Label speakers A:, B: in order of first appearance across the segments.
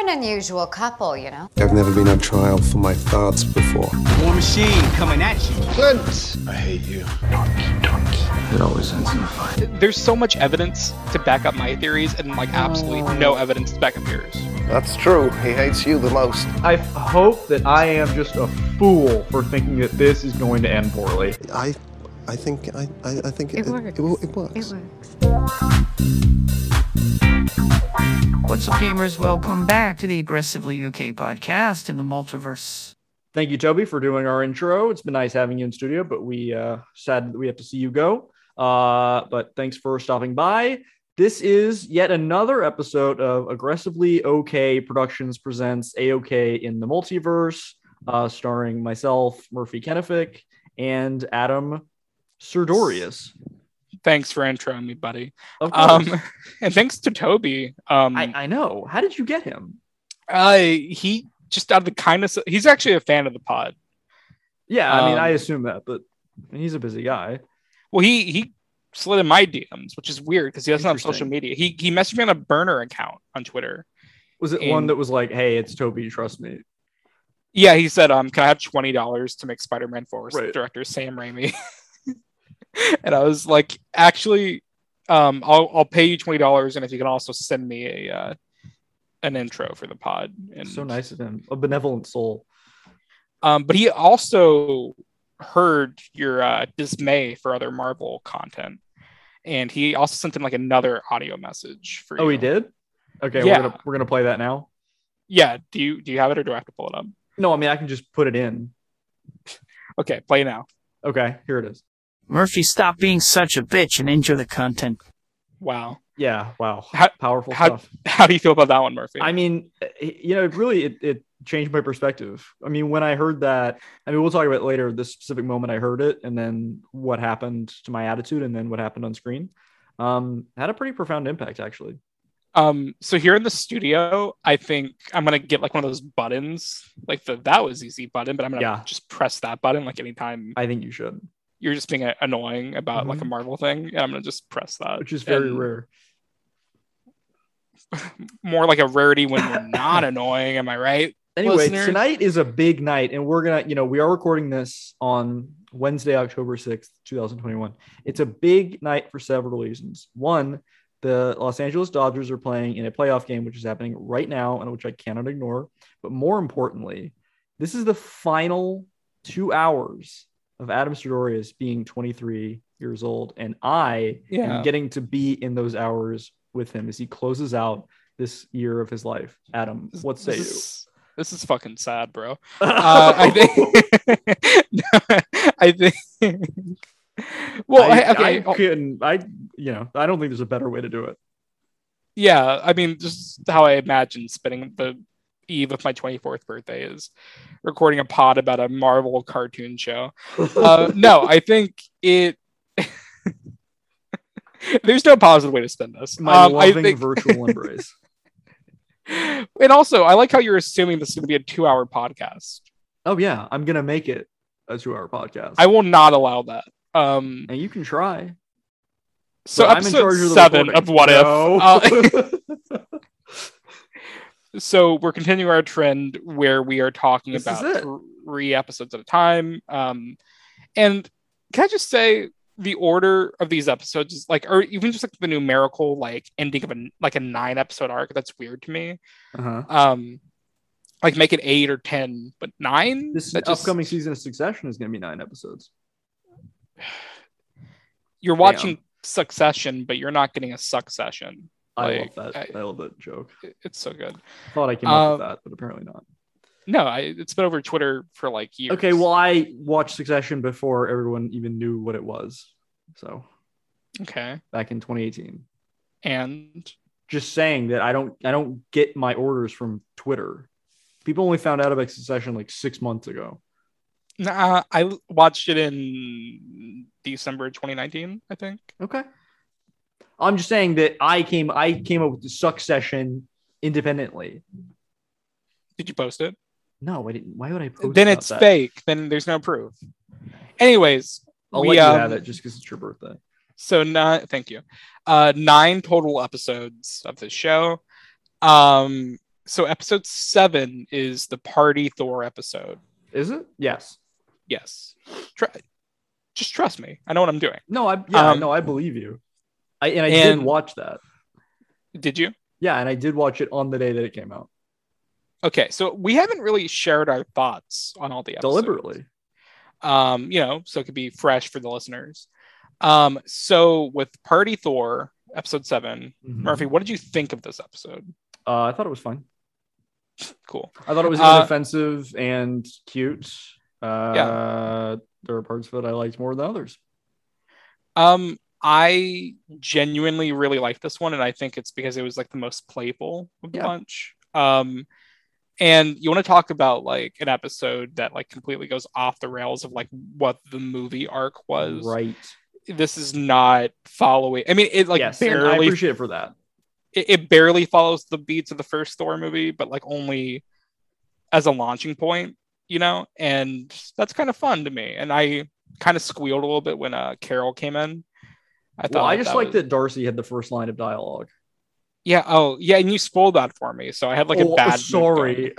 A: an unusual couple, you know.
B: I've never been on trial for my thoughts before.
C: War machine coming at you.
B: Clint!
D: I hate you.
E: It always ends in a fight.
F: There's so much evidence to back up my theories, and like absolutely
G: Oh.
F: no evidence to back up yours.
D: That's true. He hates you the most.
G: I hope that I am just a fool for thinking that this is going to end poorly.
B: I, I think, I, I, I think
A: It works.
B: It, will- it works.
A: It works.
E: What's up, gamers? Welcome back to the Aggressively UK podcast in the multiverse.
G: Thank you, Toby, for doing our intro. It's been nice having you in studio, but we uh, sad that we have to see you go. Uh, but thanks for stopping by. This is yet another episode of Aggressively OK Productions presents AOK in the Multiverse, uh, starring myself, Murphy Kenefick, and Adam Surdorius.
F: Thanks for introing me, buddy.
G: Of course.
F: Um, and thanks to Toby. Um,
G: I, I know. How did you get him?
F: uh, he just out of the kindness, he's actually a fan of the pod.
G: Yeah, I mean,
F: Um,
G: I assume that, but he's a busy guy.
F: Well, he he slid in my DMs, which is weird because he doesn't have social
G: Interesting.
F: media. He he messaged me on a burner account on Twitter.
G: Was it
F: and-
G: one that was like, "Hey, it's Toby, trust me"?
F: Yeah, he said, um, can I have twenty dollars to make Spider-Man Four with
G: Right.
F: director Sam Raimi? and I was like, actually, um, I'll I'll pay you twenty dollars, and if you can also send me a uh, an intro for the pod. And
G: so nice of him, a benevolent soul.
F: Um, but he also heard your uh, dismay for other Marvel content, and he also sent him like another audio message for.
G: Oh, he
F: you.
G: did.
F: Yeah.
G: Okay, we're gonna we're gonna play that now.
F: Yeah. Do you do you have it, or do I have to pull it up?
G: No, I mean I can just put it in.
F: Okay, play now.
G: Okay, here it is.
E: Murphy, stop being such a bitch and enjoy the content.
F: Wow.
G: Yeah, wow,
F: How-
G: powerful
F: how-
G: stuff.
F: How do you feel about that one, Murphy?
G: I mean, it- you know, it really it, it changed my perspective. I mean, when I heard that, I mean, we'll talk about it later the specific moment I heard it, and then what happened to my attitude, and then what happened on screen. Um, had a pretty profound impact actually.
F: Um, so here in the studio, I think I'm gonna get like one of those buttons, like the that was easy button, but I'm gonna
G: Yeah.
F: just press that button like anytime
G: I think you should,
F: you're just being uh, annoying about like a Marvel thing, and I'm gonna just press that,
G: Mm-hmm. which is very
F: And
G: rare.
F: More like a rarity when we're not annoying, am I right?
G: Anyway,
F: listeners.
G: tonight is a big night, and we're gonna, you know, we are recording this on Wednesday, October 6th, 2021. It's a big night for several reasons. One, the Los Angeles Dodgers are playing in a playoff game, which is happening right now, and which I cannot ignore. But more importantly, this is the final two hours of Adam Sidorius being 23 years old, and I
F: Yeah.
G: am getting to be in those hours with him as he closes out this year of his life. Adam, what say
F: this
G: you?
F: Is, this is fucking sad, bro. Uh, I think. I think. Well, I, okay. oh.
G: I couldn't. I, you know, I don't think there's a better way to do it.
F: yeah i mean just how i imagine spending the eve of my 24th birthday is recording a pod about a marvel cartoon show uh, no i think it there's no positive way to spend this
G: My
F: Um, I
G: loving
F: think,
G: virtual embrace.
F: and also i like how you're assuming this is going to be a two-hour podcast
G: Oh yeah, I'm gonna make it a two-hour podcast.
F: i will not allow that um
G: and you can try.
F: so
G: but I'm in
F: episode
G: charge of the
F: seven
G: recording.
F: of what
G: No.
F: if uh, so we're continuing our trend where we are talking
G: This is
F: about
G: it.
F: three episodes at a time um and can i just say the order of these episodes is like or even just like the numerical like ending of a like a nine episode arc that's weird to me
G: uh-huh.
F: um like make it eight or ten but nine
G: This
F: That just-
G: upcoming season of Succession is gonna be nine episodes.
F: you're watching succession but you're not getting a succession Like,
G: I love that. I, love that joke.
F: It- it's so good
G: Thought I came up
F: Um,
G: with that, but apparently not.
F: no I, it's been over twitter for like years
G: Okay, well, I watched Succession before everyone even knew what it was. So
F: okay
G: back in 2018.
F: and
G: just saying that I don't I don't get my orders from Twitter. People only found out about Succession like six months ago.
F: Nah, I l- watched it in December 2019, I think.
G: Okay. I'm just saying that I came I came up with the Succession independently.
F: Did you post it?
G: No, I didn't. Why would I post?
F: then
G: about
F: it's
G: that?
F: fake. Then there's no proof. Anyways,
G: I'll
F: we,
G: let you
F: um,
G: have it just because it's your birthday.
F: so nine. Thank you. Uh, nine total episodes of this show. Um, so episode seven is the party Thor episode.
G: Is it? Yes.
F: Yes. Try, just trust me. I know what I'm doing.
G: No, I yeah,
F: Um,
G: no, I believe you. I and I
F: and-
G: did watch that.
F: Did you?
G: Yeah, and I did watch it on the day that it came out
F: Okay, so we haven't really shared our thoughts on all the episodes.
G: deliberately.
F: um, you know, so it could be fresh for the listeners. Um, so with Party Thor, episode 7
G: Mhm.
F: Murphy, what did you think of this episode?
G: Uh, I thought it was fun.
F: Cool.
G: I thought it was
F: Uh,
G: inoffensive and cute. Uh, There are parts of it I liked more than others.
F: Um, I genuinely really like this one, and I think it's because it was like the most playful of the
G: Yeah.
F: bunch. Um, and you want to talk about like an episode that like completely goes off the rails of like what the movie arc was.
G: Right.
F: This is not following. I mean, it like
G: yes, and I
F: barely
G: appreciate it for that.
F: it, it barely follows the beats of the first Thor movie, but like only as a launching point, you know? And that's kind of fun to me. And I kind of squealed a little bit when uh, Carol came in. I
G: well, I
F: that
G: just
F: that
G: like
F: was-
G: that Darcy had the first line of dialogue.
F: Yeah. Oh, yeah. And you spoiled that for me. So I had like a
G: Oh,
F: bad. mood going.
G: Sorry.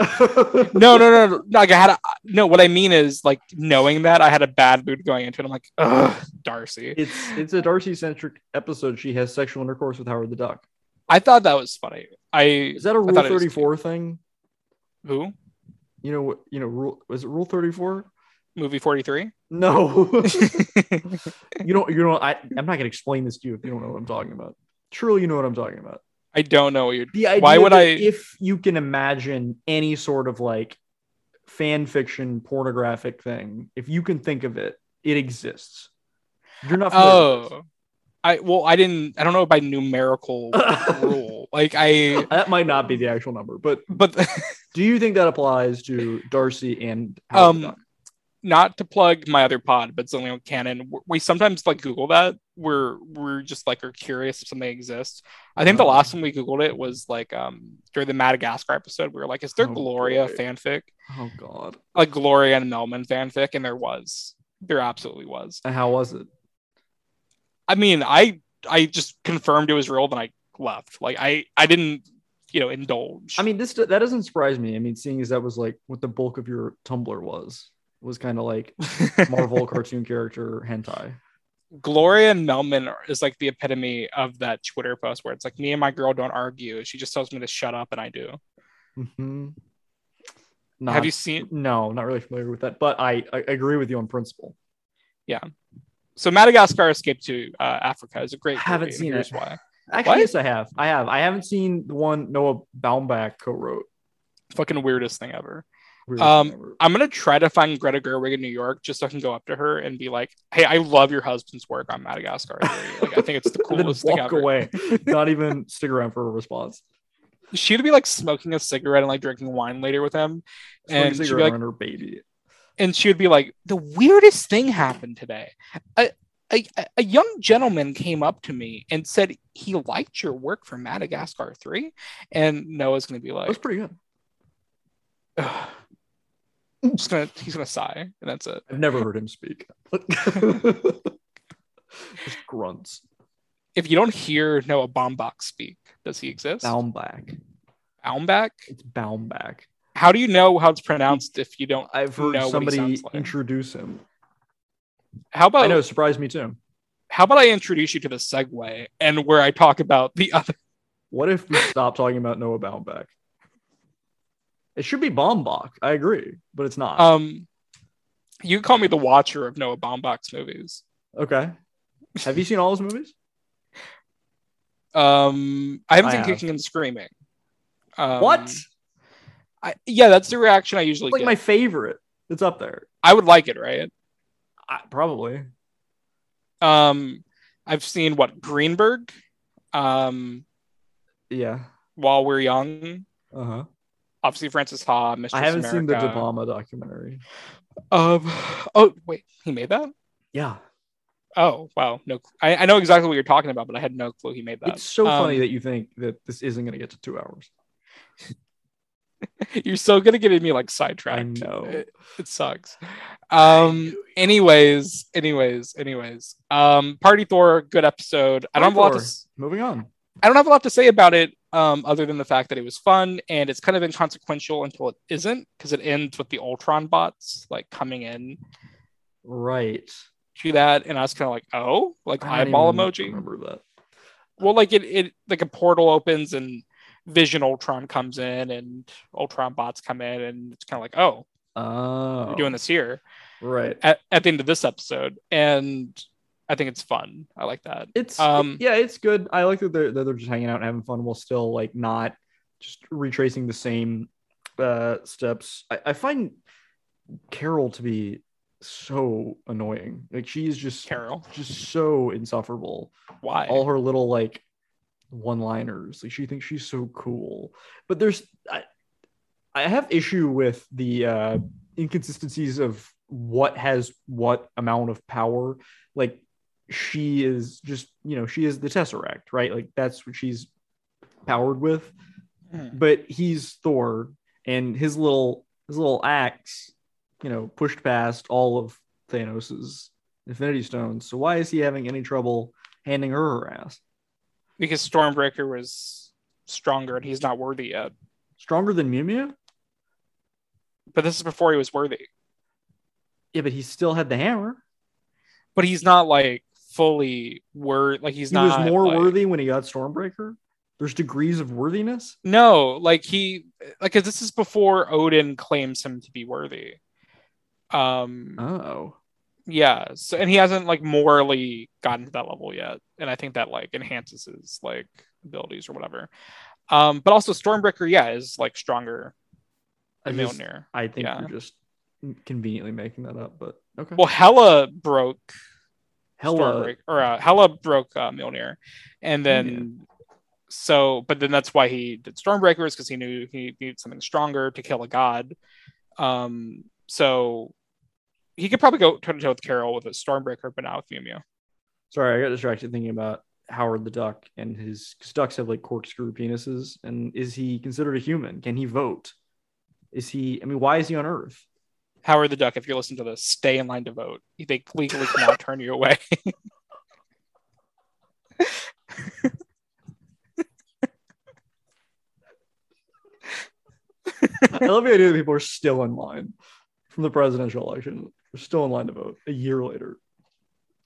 F: No, no, no, no. Like I had a, no. What I mean is like knowing that I had a bad mood going into it. I'm like, ugh, Darcy.
G: it's it's a Darcy centric episode. She has sexual intercourse with Howard the Duck.
F: I thought that was funny. I
G: Is that a Rule
F: thought it was
G: Thirty Four thing?
F: who
G: You know what? You know, rule was it Rule Thirty Four?
F: movie 43.
G: No. you don't you don't I, i'm not going to explain this to you if you don't know what i'm talking about surely you know what i'm talking about
F: I don't know what you're
G: the idea
F: Why would
G: that
F: I-
G: if you can imagine any sort of like fan fiction pornographic thing if you can think of it it exists you're not familiar with
F: Oh, I well, I didn't. I don't know by numerical rule. Like I,
G: this. Uh, that might not be the actual number but
F: but
G: do you think that applies to darcy and Howard the
F: um,
G: Duck?
F: not to plug my other pod, but it's only on Canon. w- We sometimes like Google that. We're we're just like are curious if something exists. I think the
G: Oh.
F: last time we Googled it was like um during the Madagascar episode. We were like, is there
G: Oh,
F: Gloria
G: boy.
F: fanfic?
G: oh god
F: Like Gloria and Melman fanfic, and there was. There absolutely was.
G: and how was it
F: I mean, I I just confirmed it was real, then I left. Like I I didn't you know indulge.
G: i mean this that doesn't surprise me i mean seeing as that was like what the bulk of your tumblr was was kind of like Marvel cartoon character hentai.
F: Gloria and Melman are- is like the epitome of that Twitter post where it's like me and my girl don't argue. She just tells me to shut up and I do.
G: Mm-hmm. Not,
F: Have you seen
G: No, not really familiar with that, but I, I agree with you on principle.
F: so Madagascar Escape to uh, Africa is a great
G: I haven't
F: movie, and
G: seen
F: here's
G: it.
F: why.
G: Actually,
F: What?
G: yes, I have. I have. I haven't seen the one Noah Baumbach co-wrote.
F: Fucking weirdest thing ever.
G: Weird
F: Um,
G: thing ever.
F: I'm gonna try to find Greta Gerwig in New York just so I can go up to her and be like, Hey, I love your husband's work on Madagascar. Like I think it's the
G: And then
F: coolest thing
G: walk
F: ever.
G: away. Not even stick around for a response.
F: She'd be like smoking a cigarette and like drinking wine later with him. And
G: And
F: she'd be
G: cigarette
F: like,
G: on her baby.
F: and she would be like, "The weirdest thing happened today. A, a, a young gentleman came up to me and said he liked your work for Madagascar 3. and Noah's gonna be
G: That was
F: like,
G: pretty good.
F: "Ugh." just gonna he's gonna sigh, and that's it.
G: I've never heard him speak. Just grunts.
F: If you don't hear Noah Baumbach speak, does he exist?
G: Baumbach.
F: Baumbach.
G: It's Baumbach.
F: How do you know how it's pronounced if you don't?
G: I've heard
F: Know what he
G: somebody
F: sounds like. Oh.
G: introduce him.
F: How
G: I
F: about
G: know, surprised me too.
F: how about I introduce you to the segue and where I talk about the other?
G: What if we stop talking about Noah Baumbach? It should be Baumbach. I agree, but it's not.
F: Um, you call me the watcher of Noah Baumbach's movies.
G: okay. Have you seen all his movies?
F: Um, I haven't
G: I
F: seen
G: have.
F: Kicking and Screaming. Um,
G: what?
F: I, yeah, that's the reaction I usually
G: Like
F: get.
G: my favorite. It's up there.
F: I would like it, right?
G: I, probably.
F: Um, I've seen what Greenberg, um,
G: Yeah.
F: While We're Young.
G: Uh huh.
F: Obviously, Francis Ha. Mistress
G: I haven't seen the De
F: America.
G: Palma documentary.
F: Um, oh wait, he made that.
G: Yeah.
F: Oh wow, no, I, I know exactly what you're talking about, but I had no clue he made that.
G: It's so
F: Um,
G: funny that you think that this isn't going to get to two hours.
F: You're so good at getting me like sidetracked.
G: I know.
F: It, it sucks. Um. Anyways, anyways, anyways. Um. Party Thor, good episode. I don't have a lot to.
G: Party Thor.
F: s-
G: Moving on.
F: I don't have a lot to say about it um, other than the fact that it was fun and it's kind of inconsequential until it isn't because it ends with the Ultron bots like coming in
G: Right.
F: to that, and I was kind of like, oh, like
G: I don't
F: eyeball
G: even
F: emoji.
G: Remember that.
F: Well, like it, it like a portal opens and Vision Ultron comes in and Ultron bots come in, and it's kind of like, oh,
G: Oh.
F: we're doing this here
G: Right.
F: at, at the end of this episode, and I think it's fun. I like that.
G: It's
F: Um,
G: yeah, it's good. I like that they're that they're just hanging out and having fun while still like not just retracing the same uh steps. I, I find Carol to be so annoying. Like she's just
F: Carol,
G: just so insufferable.
F: why?
G: All her little like one liners. Like she thinks she's so cool. But there's I, I have issue with the uh inconsistencies of what has what amount of power. Like she is just, you know, she is the Tesseract, right? Like that's what she's powered with.
F: Mhm.
G: But he's Thor and his little his little axe, you know, pushed past all of Thanos's Infinity Stones. So why is he having any trouble handing her her ass?
F: because Stormbreaker was stronger and he's not worthy yet.
G: Stronger than Mew Mew?
F: But this is before he was worthy.
G: Yeah, but he still had the hammer.
F: But he's not like fully worth. Like he's
G: he
F: not
G: was more
F: like-
G: worthy when he got Stormbreaker. There's degrees of worthiness.
F: No, like he like 'cause this is before Odin claims him to be worthy. Um.
G: Oh.
F: Yeah. So and he hasn't like morally gotten to that level yet, and I think that like enhances his like abilities or whatever. Um. But also Stormbreaker, yeah, is like stronger
G: I,
F: than
G: just,
F: Mjolnir.
G: I think
F: Yeah.
G: you're just conveniently making that up, but okay.
F: Well, Hella broke
G: Hella,
F: Stormbreak- or uh, Hela broke uh, Mjolnir, and then so, but then that's why he did Stormbreakers because he knew he needed something stronger to kill a god. Um, so he could probably go toe to toe with Carol with a Stormbreaker, but not with Mew Mew.
G: sorry, I got distracted thinking about Howard the Duck and his because ducks have like corkscrew penises. And is he considered a human? Can he vote? Is he, I mean, why is he on Earth?
F: Howard the Duck, if you're listening to this, stay in line to vote. They legally cannot turn you away.
G: I love the idea that people are still in line from the presidential election. They're still in line to vote a year later.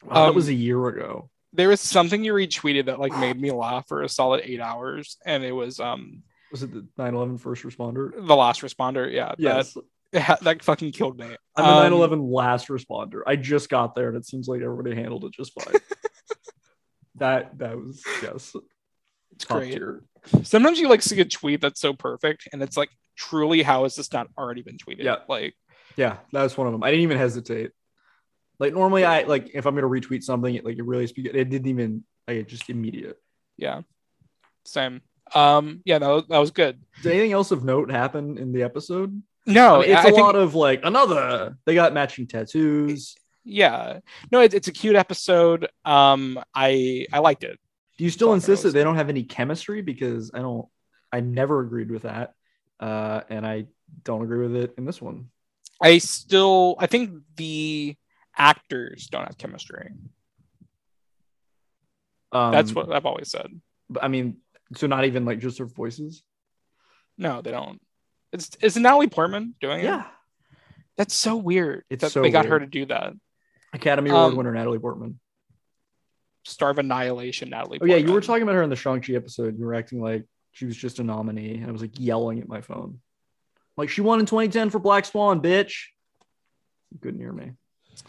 G: Wow, that
F: Um,
G: was a year ago.
F: There was something you retweeted that like made me laugh for a solid eight hours, and it was um
G: Was it the 9/11 first responder?
F: the last responder. Yeah,
G: Yes,
F: that, that fucking killed me.
G: I'm
F: Um,
G: a 9/11 last responder. I just got there, and it seems like everybody handled it just fine. that that was yes,
F: It's
G: top
F: great.
G: tier.
F: Sometimes you like see a tweet that's so perfect, and it's like, truly, how has this not already been tweeted?
G: Yeah.
F: Like,
G: Yeah, that was one of them. I didn't even hesitate. Like normally, I like if I'm gonna retweet something, it, like it really speak. It didn't even like it just immediate.
F: yeah, same. Um, yeah, no, that was good.
G: Did anything else of note happen in the episode?
F: No,
G: I mean, it's
F: a
G: a lot of like another. They got matching tattoos.
F: yeah, no, it's it's a cute episode. Um, I I liked it.
G: Do you still
F: Fuck, I
G: insist that
F: was-
G: they don't have any chemistry? Because I don't. I never agreed with that, uh, and I don't agree with it in this one.
F: I still, I think the actors don't have chemistry.
G: Um,
F: That's what I've always said.
G: but I mean. So not even like just their voices.
F: No, they don't. It's is Natalie Portman doing it? that's so weird.
G: It's
F: that
G: so
F: they got her to
G: weird.
F: do that.
G: Academy Award
F: Um,
G: winner Natalie Portman.
F: Starve Annihilation, Natalie.
G: Oh yeah, you were
F: Portman.
G: talking about her in the Shang Chi episode. You were acting like she was just a nominee, and I was like yelling at my phone, like she won in 2010 for Black Swan, bitch. You couldn't hear me.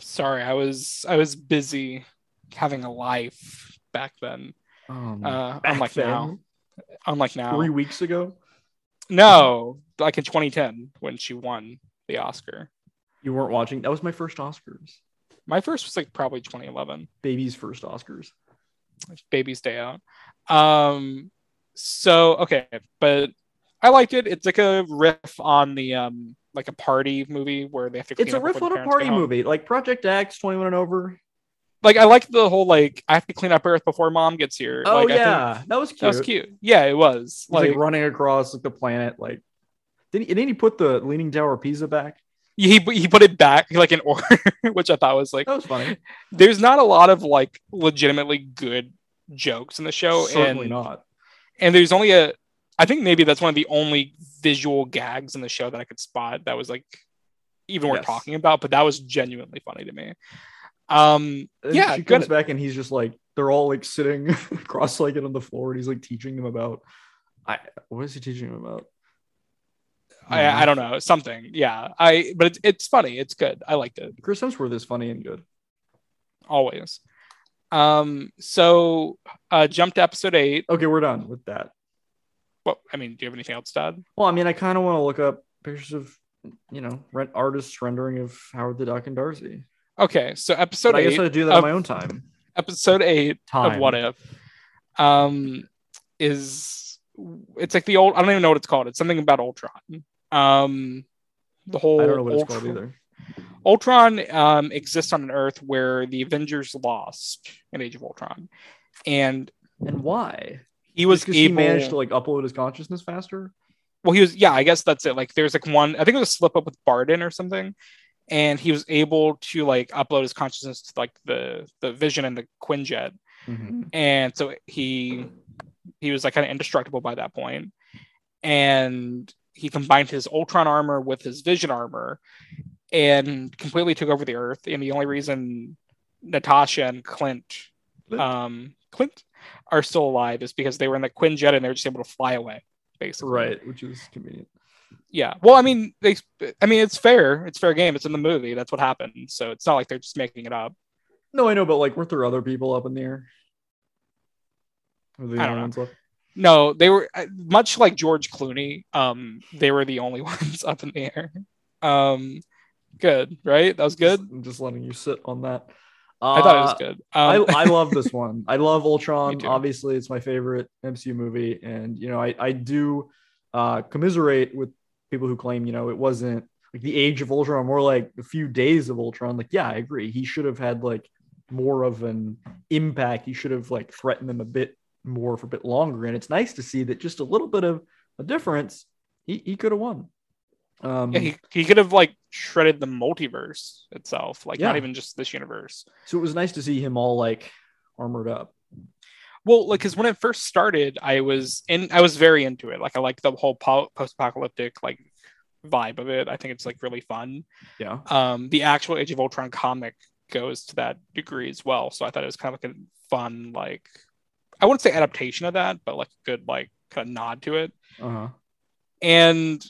F: sorry i was i was busy having a life back then
G: Um,
F: uh
G: back
F: unlike
G: then,
F: now unlike now
G: three weeks ago,
F: no like in 2010 when she won the oscar
G: you weren't watching. That was my first Oscars.
F: my first was like probably 2011
G: baby's first Oscars.
F: baby's day out um so okay but i liked it it's like a riff on the um like a party movie where they have to clean
G: It's a
F: up
G: riff
F: before
G: on
F: the
G: a
F: parents get
G: party
F: home.
G: movie, like Project X, Twenty One and Over.
F: like i like the whole like i have to clean up earth before mom gets here
G: Oh
F: like I
G: yeah,
F: think
G: that was cute.
F: that was cute yeah it was
G: He's, like, running across like the planet, like. Didn't, didn't he put the Leaning Tower of Pisa back?
F: he he put it back like in order, which I thought was like
G: That was funny.
F: there's not a lot of like legitimately good jokes in the show,
G: Certainly
F: Oh, and
G: not.
F: and there's only a i think maybe that's one of the only visual gags in the show that i could spot that was like even worth
G: Yes.
F: talking about but that was genuinely funny to me um
G: And
F: yeah
G: she
F: good.
G: comes back and he's just like they're all like sitting cross-legged on the floor and he's like teaching them about I what is he teaching them about? Mm-hmm.
F: I, I don't know something yeah i but it's, it's funny it's good i liked it
G: Chris Hemsworth is funny and good.
F: always um so uh jump to episode eight
G: Okay, we're done with that.
F: well i mean do you have anything else dad
G: Well, I mean, I kind of want to look up pictures of you know rent artists rendering of Howard the Duck and Darcy.
F: okay so
G: But
F: episode
G: I guess
F: eight
G: I do that on
F: of-
G: my own time.
F: episode eight
G: Time.
F: of What If um, is it's like the old I don't even know what it's called. It's something about Ultron. Um, the whole
G: I don't know what it's
F: Ultron,
G: called either.
F: Ultron um, exists on an Earth where the Avengers lost in Age of Ultron, and
G: And why?
F: he was
G: because
F: able.
G: he managed to like upload his consciousness faster.
F: well, he was yeah. I guess that's it. Like there's like one. I think it was a slip up with Barden or something. And he was able to like upload his consciousness to like the the Vision and the Quinjet, and so he he was like kind of indestructible by that point and he combined his ultron armor with his vision armor and completely took over the earth and the only reason natasha and clint
G: Clint?
F: um clint are still alive is because they were in the quinjet and they were just able to fly away basically
G: Right, which is convenient.
F: yeah well i mean they i mean it's fair it's fair game it's in the movie that's what happened so it's not like they're just making it up
G: No, I know, but like, weren't there other people up in the air? Were they the
F: I
G: only
F: don't know.
G: ones left?
F: No, they were uh, much like George Clooney. Um, they were the only ones up in the air. Um, good, right? That was good.
G: Just, I'm just letting you sit on that.
F: I thought it was
G: Uh,
F: good. Um,
G: I, I love this one. I love
F: Me
G: Ultron.
F: too.
G: Obviously, it's my favorite MCU movie, and you know, I I do uh, commiserate with people who claim you know it wasn't like the age of Ultron, more like a few days of Ultron. Like, yeah, I agree. He should have had like more of an impact. He should have like threatened them a bit more for a bit longer. And it's nice to see that just a little bit of a difference, he, he could have won. Um,
F: Yeah, he, he could have like shredded the multiverse itself, like not
G: Yeah.
F: even just this universe.
G: so it was nice to see him all like armored up.
F: Well, like because when it first started, I was in. I was very into it. Like I like the whole po- post-apocalyptic like vibe of it. I think it's like really fun.
G: Yeah.
F: um, the actual Age of Ultron comic goes to that degree as well. So I thought it was kind of like a fun, like I wouldn't say adaptation of that, but like a good like kind of nod to it.
G: Uh huh.
F: And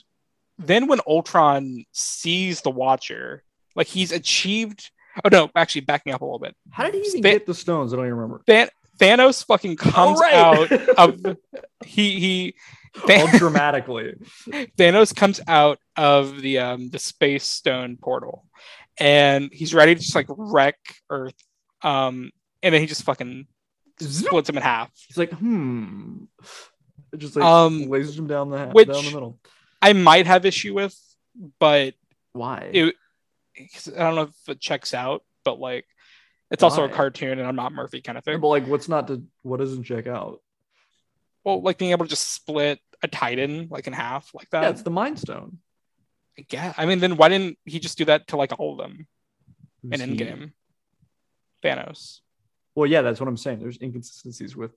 F: then when Ultron sees the Watcher, like he's achieved. Oh no, actually backing up a little bit.
G: How did he even
F: Spa-
G: get the stones? I don't even remember.
F: Than- Thanos fucking comes out of he he.
G: all
F: Than-
G: dramatically.
F: Thanos comes out of the um the space stone portal and he's ready to just like wreck Earth. Um and then he just fucking splits him in half.
G: He's like, hmm. It Just like
F: Um,
G: lasers him down the
F: which-
G: down the middle.
F: I might have issue with, but
G: Why?
F: it- 'cause I don't know if it checks out, but like it's also a
G: Why?
F: cartoon and I'm not Murphy kind of thing.
G: but like, what's not to what doesn't check out?
F: Well, like being able to just split a Titan like in half like
G: Yeah,
F: that.
G: it's the Mind Stone.
F: I guess. I mean, then why didn't he just do that to like all of them in
G: Who's he?
F: Endgame? Thanos.
G: Well, yeah, that's what I'm saying. There's inconsistencies with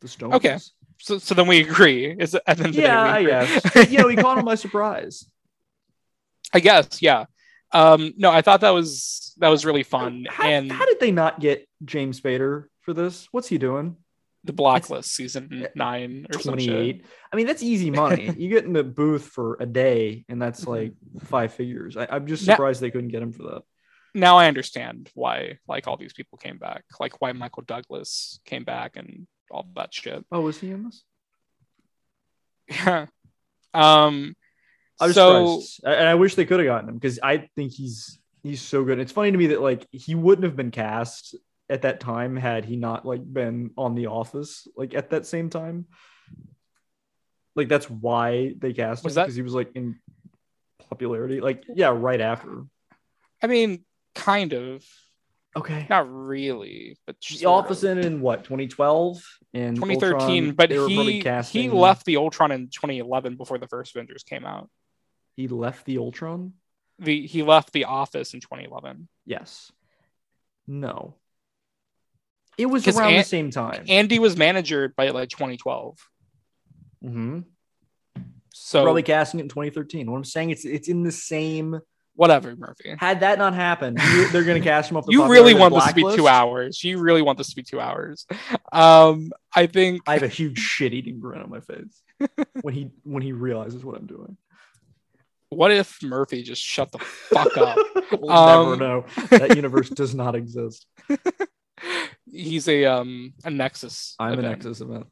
G: the stones.
F: Okay. So, so then we agree. Is at the end of the day,
G: Yeah,
F: we
G: I
F: agree.
G: guess. you know, he caught him by surprise.
F: I guess, yeah. Um, no, I thought that was that was really fun.
G: How,
F: and
G: how did they not get James Spader for this? What's he doing?
F: the blacklist season nine or some shit.
G: 28. I mean, that's easy money. you get in the booth for a day, and that's like five figures. I, I'm just
F: Now-
G: surprised they couldn't get him for that.
F: Now I understand why like all these people came back, like why Michael Douglas came back and all that shit.
G: Oh, was he in this?
F: um
G: I was
F: so
G: surprised. I- And I wish they could have gotten him because I think he's he's so good. It's funny to me that like he wouldn't have been cast at that time had he not like been on The Office like at that same time. Like that's why they cast
F: Was
G: him
F: that-
G: because he was like in popularity. Like yeah, right after.
F: I mean, kind of.
G: Okay.
F: Not really, but
G: The
F: sort
G: Office
F: of.
G: ended in what 2012 and
F: 2013,
G: Ultron,
F: but
G: they were probably
F: he he
G: casting-
F: left the Ultron in 2011 before the first Avengers came out.
G: He left the Ultron.
F: The he left the office in 2011.
G: Yes. No. It was
F: 'Cause
G: around the
F: Ant-
G: same time.
F: Andy was manager by like 2012.
G: hmm
F: So
G: Probably casting it in 2013. What I'm saying, it's it's in the same.
F: whatever, Murphy.
G: Had that not happened, you- they're going to cast him off. The
F: You really
G: popularity
F: want this to be two
G: blacklist.
F: hours. You really want this to be two hours. Um, I think
G: I have a huge shit-eating grin on my face when he when he realizes what I'm doing.
F: what if Murphy just shut the fuck up?
G: we'll never
F: Um,
G: know. That universe does not exist.
F: He's a um a Nexus.
G: I'm an
F: event.
G: Nexus event.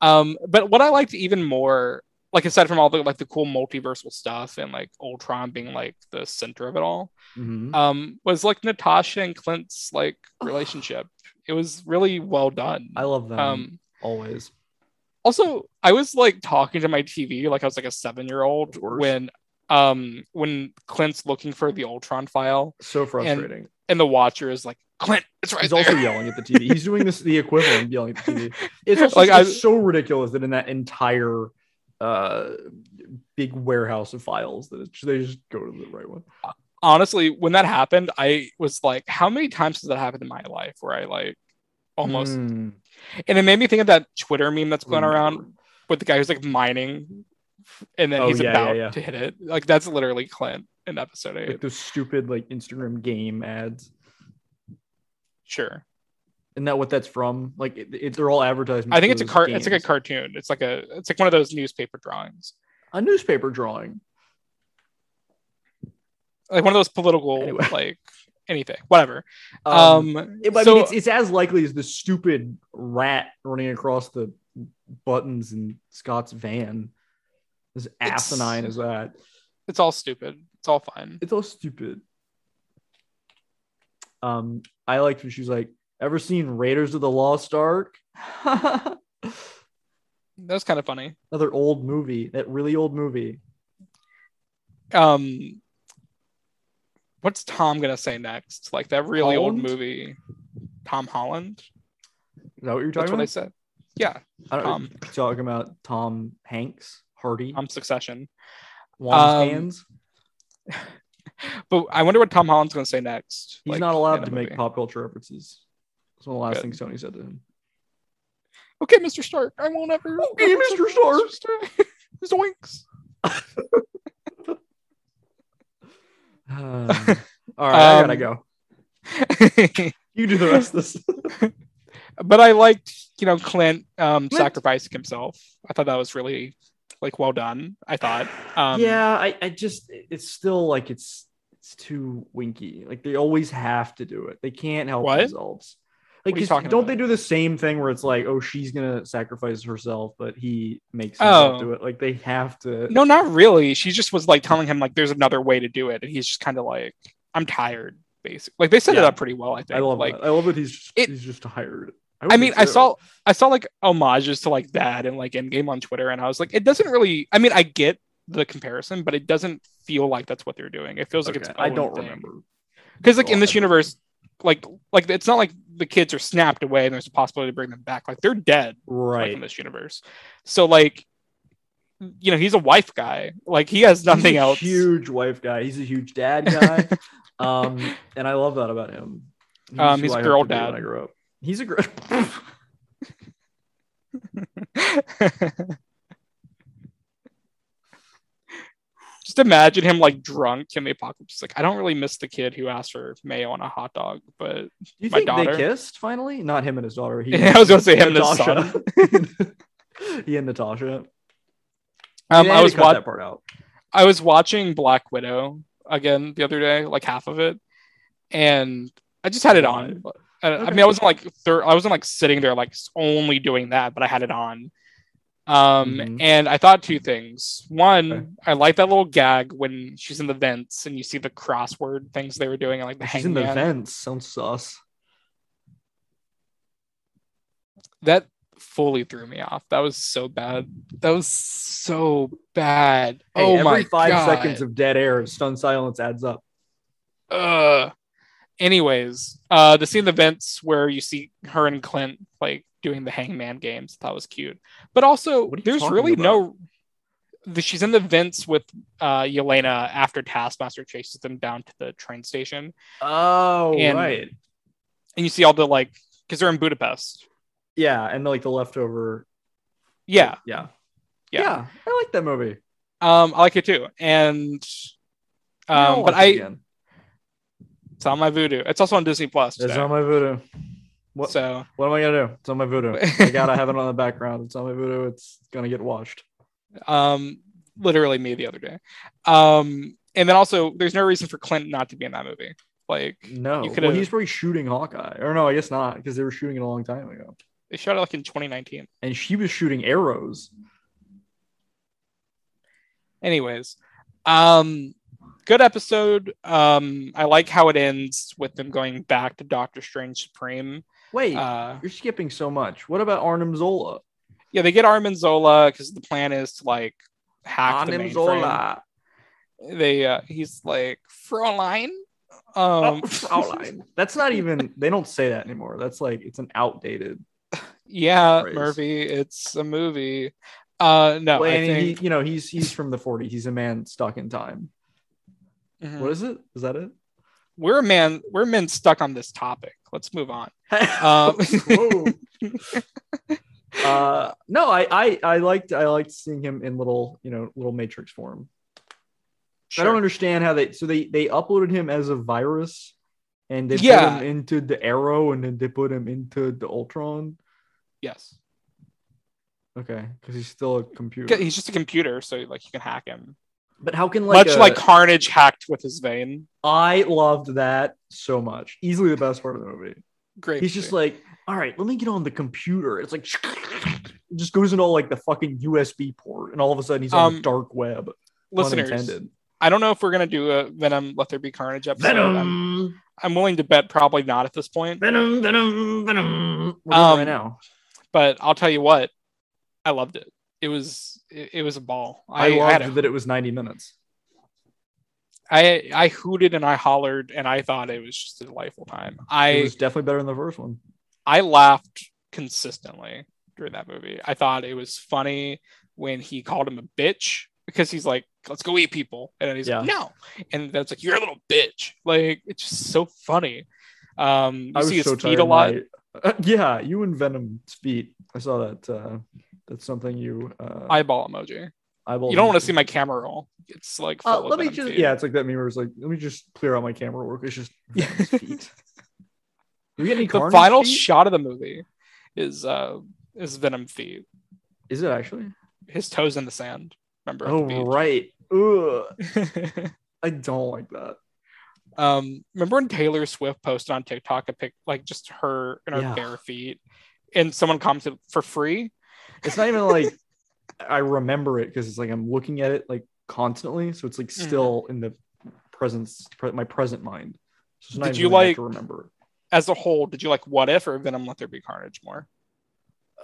F: Um, but what I liked even more, like aside from all the like the cool multiversal stuff and like Ultron being like the center of it all,
G: Mhm.
F: um, was like Natasha and Clint's like relationship. It was really well done.
G: I love them
F: Um,
G: always.
F: also, I was like talking to my TV like I was like a seven year old
G: It's worse.
F: when um when Clint's looking for the Ultron file
G: So frustrating.
F: and the Watcher is like Clint, it's right
G: He's
F: there.
G: also yelling at the TV. He's doing this the equivalent of yelling at the TV. It's also
F: Like,
G: it's
F: I-
G: so ridiculous that in that entire uh big warehouse of files that it's, they just go to the right one.
F: honestly, when that happened, I was like, how many times has that happened in my life where I like almost
G: Mm.
F: and it made me think of that Twitter meme that's going
G: Mm.
F: around with the guy who's like mining and then
G: Oh,
F: he's
G: yeah,
F: about
G: yeah, yeah.
F: to hit it. Like that's literally Clint in episode eight.
G: like those stupid like Instagram game ads.
F: sure.
G: Isn't that what that's from? Like it, it- they're all advertisements.
F: I think
G: for
F: it's a
G: those
F: car it's like
G: Mm, games.
F: a cartoon. It's like a it's like one of those newspaper drawings.
G: a newspaper drawing.
F: Like one of those political
G: Anyway.
F: like anything. Whatever.
G: Um,
F: Um,
G: it- I
F: so
G: mean, it's, it's as likely as the stupid rat running across the buttons in Scott's van. As
F: It's-
G: asinine as that,
F: it's all stupid. It's all fine.
G: it's all stupid. Um, I liked when she's like, "Ever seen Raiders of the Lost Ark?"
F: That was kind of funny.
G: Another old movie, that really old movie.
F: um what's tom gonna say next like that really old
G: Holland?
F: movie tom holland
G: Is that what you're
F: that's
G: talking
F: what i said yeah
G: about? I don't,
F: Tom.
G: you talking about Tom Hanks, Hardy,
F: tom succession
G: Juan's
F: um,
G: hands.
F: but i wonder what tom holland's gonna say next
G: He's
F: like,
G: not
F: in
G: allowed
F: a
G: to make
F: movie.
G: pop culture references. That's one of the last
F: Good.
G: things Tony said to him.
F: okay mr stark i won't ever
G: Okay, Mr. Stark.
F: Stark. zoinks
G: Um, all right, I gotta
F: Um,
G: go. You do the rest of this.
F: but i liked you know clint um sacrificing himself i thought that was really like well done i thought um
G: yeah, I, I just it's still like it's it's too winky. Like they always have to do it. They can't help
F: What?
G: themselves. Like
F: What are you
G: just-
F: talking
G: don't
F: about?
G: they do the same thing where it's like, oh, she's gonna sacrifice herself, but he makes himself
F: Oh.
G: do it. Like they have to.
F: No, not really. She just was like telling him like there's another way to do it, and he's just kind of like, I'm tired, basically. Like they set it
G: Yeah.
F: up pretty well, I think.
G: I love
F: like
G: that. I love that he's just,
F: it-
G: he's just tired.
F: I mean, I saw I saw like homages to like that and like Endgame on Twitter, and I was like, it doesn't really. I mean, I get the comparison, but it doesn't feel like that's what they're doing. It feels like it's.
G: I don't remember.
F: because like in
G: Well,
F: this
G: I-
F: universe, like like it's not like the kids are snapped away and there's a possibility to bring them back. Like they're dead like,
G: Right.
F: in this universe. So like, you know, he's a wife guy. Like he has nothing
G: He's a
F: else.
G: Huge wife guy. He's a huge dad guy. um, and I love that about him.
F: Um,
G: who
F: he's
G: I
F: a
G: hope
F: girl
G: to be
F: dad.
G: When I grew up. He's a girl.
F: Just imagine him like drunk in the apocalypse. Like, I don't really miss the kid who asked for mayo on a hot dog, but
G: Do you
F: My
G: think
F: daughter.
G: they kissed finally? Not him and his daughter. He,
F: I was gonna say him and his
G: son. he and Natasha.
F: um,
G: They
F: I
G: had to
F: was
G: cut
F: watching.
G: that part out.
F: I was watching Black Widow again the other day, like half of it, and I just had it on. I, I
G: Okay.
F: mean, I wasn't like thir- I wasn't like sitting there like s- only doing that, but I had it on. Um,
G: Mhm.
F: and I thought two things. One,
G: Okay.
F: I like that little gag when she's in the vents and you see the crossword things they were doing, and like the
G: She's in the
F: hangman.
G: vents. Sounds sus.
F: that fully threw me off. That was so bad. That was so bad.
G: Hey,
F: oh
G: every
F: my
G: five
F: God.
G: seconds of dead air, of stunned silence adds up.
F: Ugh. Uh, Anyways, uh, the scene in the vents where you see her and Clint like doing the hangman games, that was cute. But also,
G: What are you
F: there's
G: talking
F: really
G: about?
F: no. The, she's in the vents with uh, Yelena after Taskmaster chases them down to the train station,
G: Oh,
F: And-
G: right.
F: and you see all the like because they're in Budapest.
G: Yeah, and like the leftover.
F: Yeah,
G: Yeah.
F: Yeah.
G: I like that movie.
F: Um, I like it too. And
G: Now
F: um,
G: I'll
F: but
G: watch it
F: I
G: again.
F: it's on my voodoo. It's also on Disney Plus.
G: it's
F: today.
G: on my voodoo. What
F: So
G: what am I gonna do? It's on my voodoo. I gotta have it on the background. It's on my voodoo. It's gonna get watched.
F: um literally me the other day um and then also there's no reason for clint not to be in that movie like
G: No,
F: You could've-
G: well, he's probably shooting Hawkeye. Or no, I guess not because they were shooting it a long time ago.
F: they shot it like in 2019
G: And she was shooting arrows.
F: anyways um good episode um i like how it ends with them going back to doctor strange supreme
G: Wait,
F: uh
G: you're skipping so much. What about Arnim Zola?
F: yeah they get armin zola because the plan is to like hack the mainframe. they uh he's like fräulein um
G: Oh, Fraulein. That's not even. They don't say that anymore. That's like it's an outdated.
F: yeah
G: Phrase.
F: murphy it's a movie uh no
G: Well,
F: I
G: and
F: think,
G: he, you know, he's he's from the 40s. He's a man stuck in time.
F: Mhm.
G: What is it? Is that it?
F: we're man we're men stuck on this topic let's move on Um,
G: Whoa. uh, no, I, I I liked I liked seeing him in little you know little matrix form. I don't understand how they so they they uploaded him as a virus, and they
F: Yeah.
G: put him into the Arrow, and then they put him into the Ultron.
F: yes
G: Okay, because he's still a computer.
F: he's just a computer so like you can hack him
G: But how can like
F: much
G: a-
F: like carnage hacked with his vein
G: I loved that so much. Easily the best part of the movie.
F: great
G: He's just like, all right, let me get on the computer. It's like it just goes into all like the fucking USB port, and all of a sudden he's on the
F: Um,
G: dark web. Pun
F: listeners
G: intended.
F: i don't know if we're gonna do a venom let there be carnage episode I'm,
G: Venom,
F: I'm willing to bet probably not at this point
G: Venom, Venom, Venom. We're doing
F: Um,
G: it right now.
F: but i'll tell you what i loved it it was it, it was a ball
G: I,
F: i I, had
G: loved
F: a-
G: that it was 90 minutes.
F: I I hooted and i hollered and i thought it was just a delightful time i
G: It was definitely better than the first one.
F: I laughed consistently during that movie. I thought it was funny when he called him a bitch because he's like, "Let's go eat people," and then he's like,
G: Yeah.
F: "No," and that's like, "You're a little bitch." Like it's just so funny. Um, you
G: I was
F: see his
G: so
F: feet
G: tired.
F: a lot.
G: my- yeah, you and Venom's feet. I saw that. Uh, that's something you. Uh,
F: Eyeball emoji.
G: eyeballed
F: You don't want
G: into.
F: to see my camera roll. It's like
G: Uh,
F: full of
G: let me
F: venom
G: just
F: feet.
G: yeah, it's like that meme where it's like, let me just clear out my camera work. It's just Venom's feet. Do we get any
F: The
G: Carnage
F: final
G: feet?
F: shot of the movie is uh is Venom feet.
G: Is it actually?
F: His toes in the sand. Remember? at the
G: Oh right. Ugh,
F: beach.
G: I don't like that.
F: um remember when taylor swift posted on tiktok a pic like just her in her
G: Yeah.
F: bare feet and someone commented for free
G: It's not even like I remember it because it's like I'm looking at it like constantly, so it's like
F: Mm-hmm.
G: still in the presence, pre- my present mind. So it's not
F: Did
G: even
F: you
G: really I have
F: like-
G: to remember?
F: as a whole did you like what if or venom let there be carnage more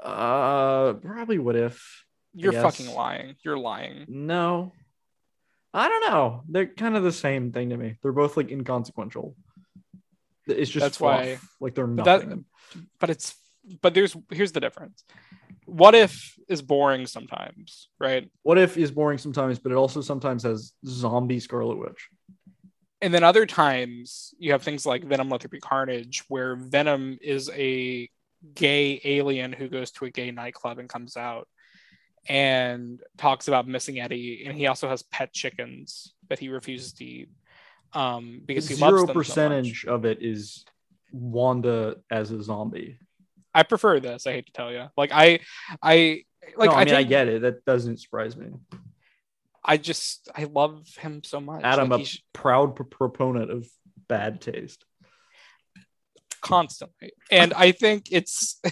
G: Uh, probably what if?
F: you're
G: Yes.
F: fucking lying you're lying
G: No, I don't know. They're kind of the same thing to me. They're both like inconsequential. It's just
F: That's
G: fluff.
F: why-
G: like they're
F: but that-
G: nothing.
F: but it's but there's here's the difference what if is boring sometimes right
G: What if is boring sometimes, but it also sometimes has zombie Scarlet Witch.
F: and then other times you have things like venom let there be carnage where venom is a gay alien who goes to a gay nightclub and comes out and talks about missing eddie and he also has pet chickens that he refuses to eat um because he loves
G: Zero
F: them so much.
G: percentage of it is Wanda as a zombie.
F: i prefer this i hate to tell you like i i like
G: no, I,
F: I,
G: mean, I
F: think
G: get it. That doesn't surprise me.
F: I just i love him so much
G: Adam,
F: like,
G: a
F: he's
G: proud p- proponent of bad taste.
F: constantly and i think it's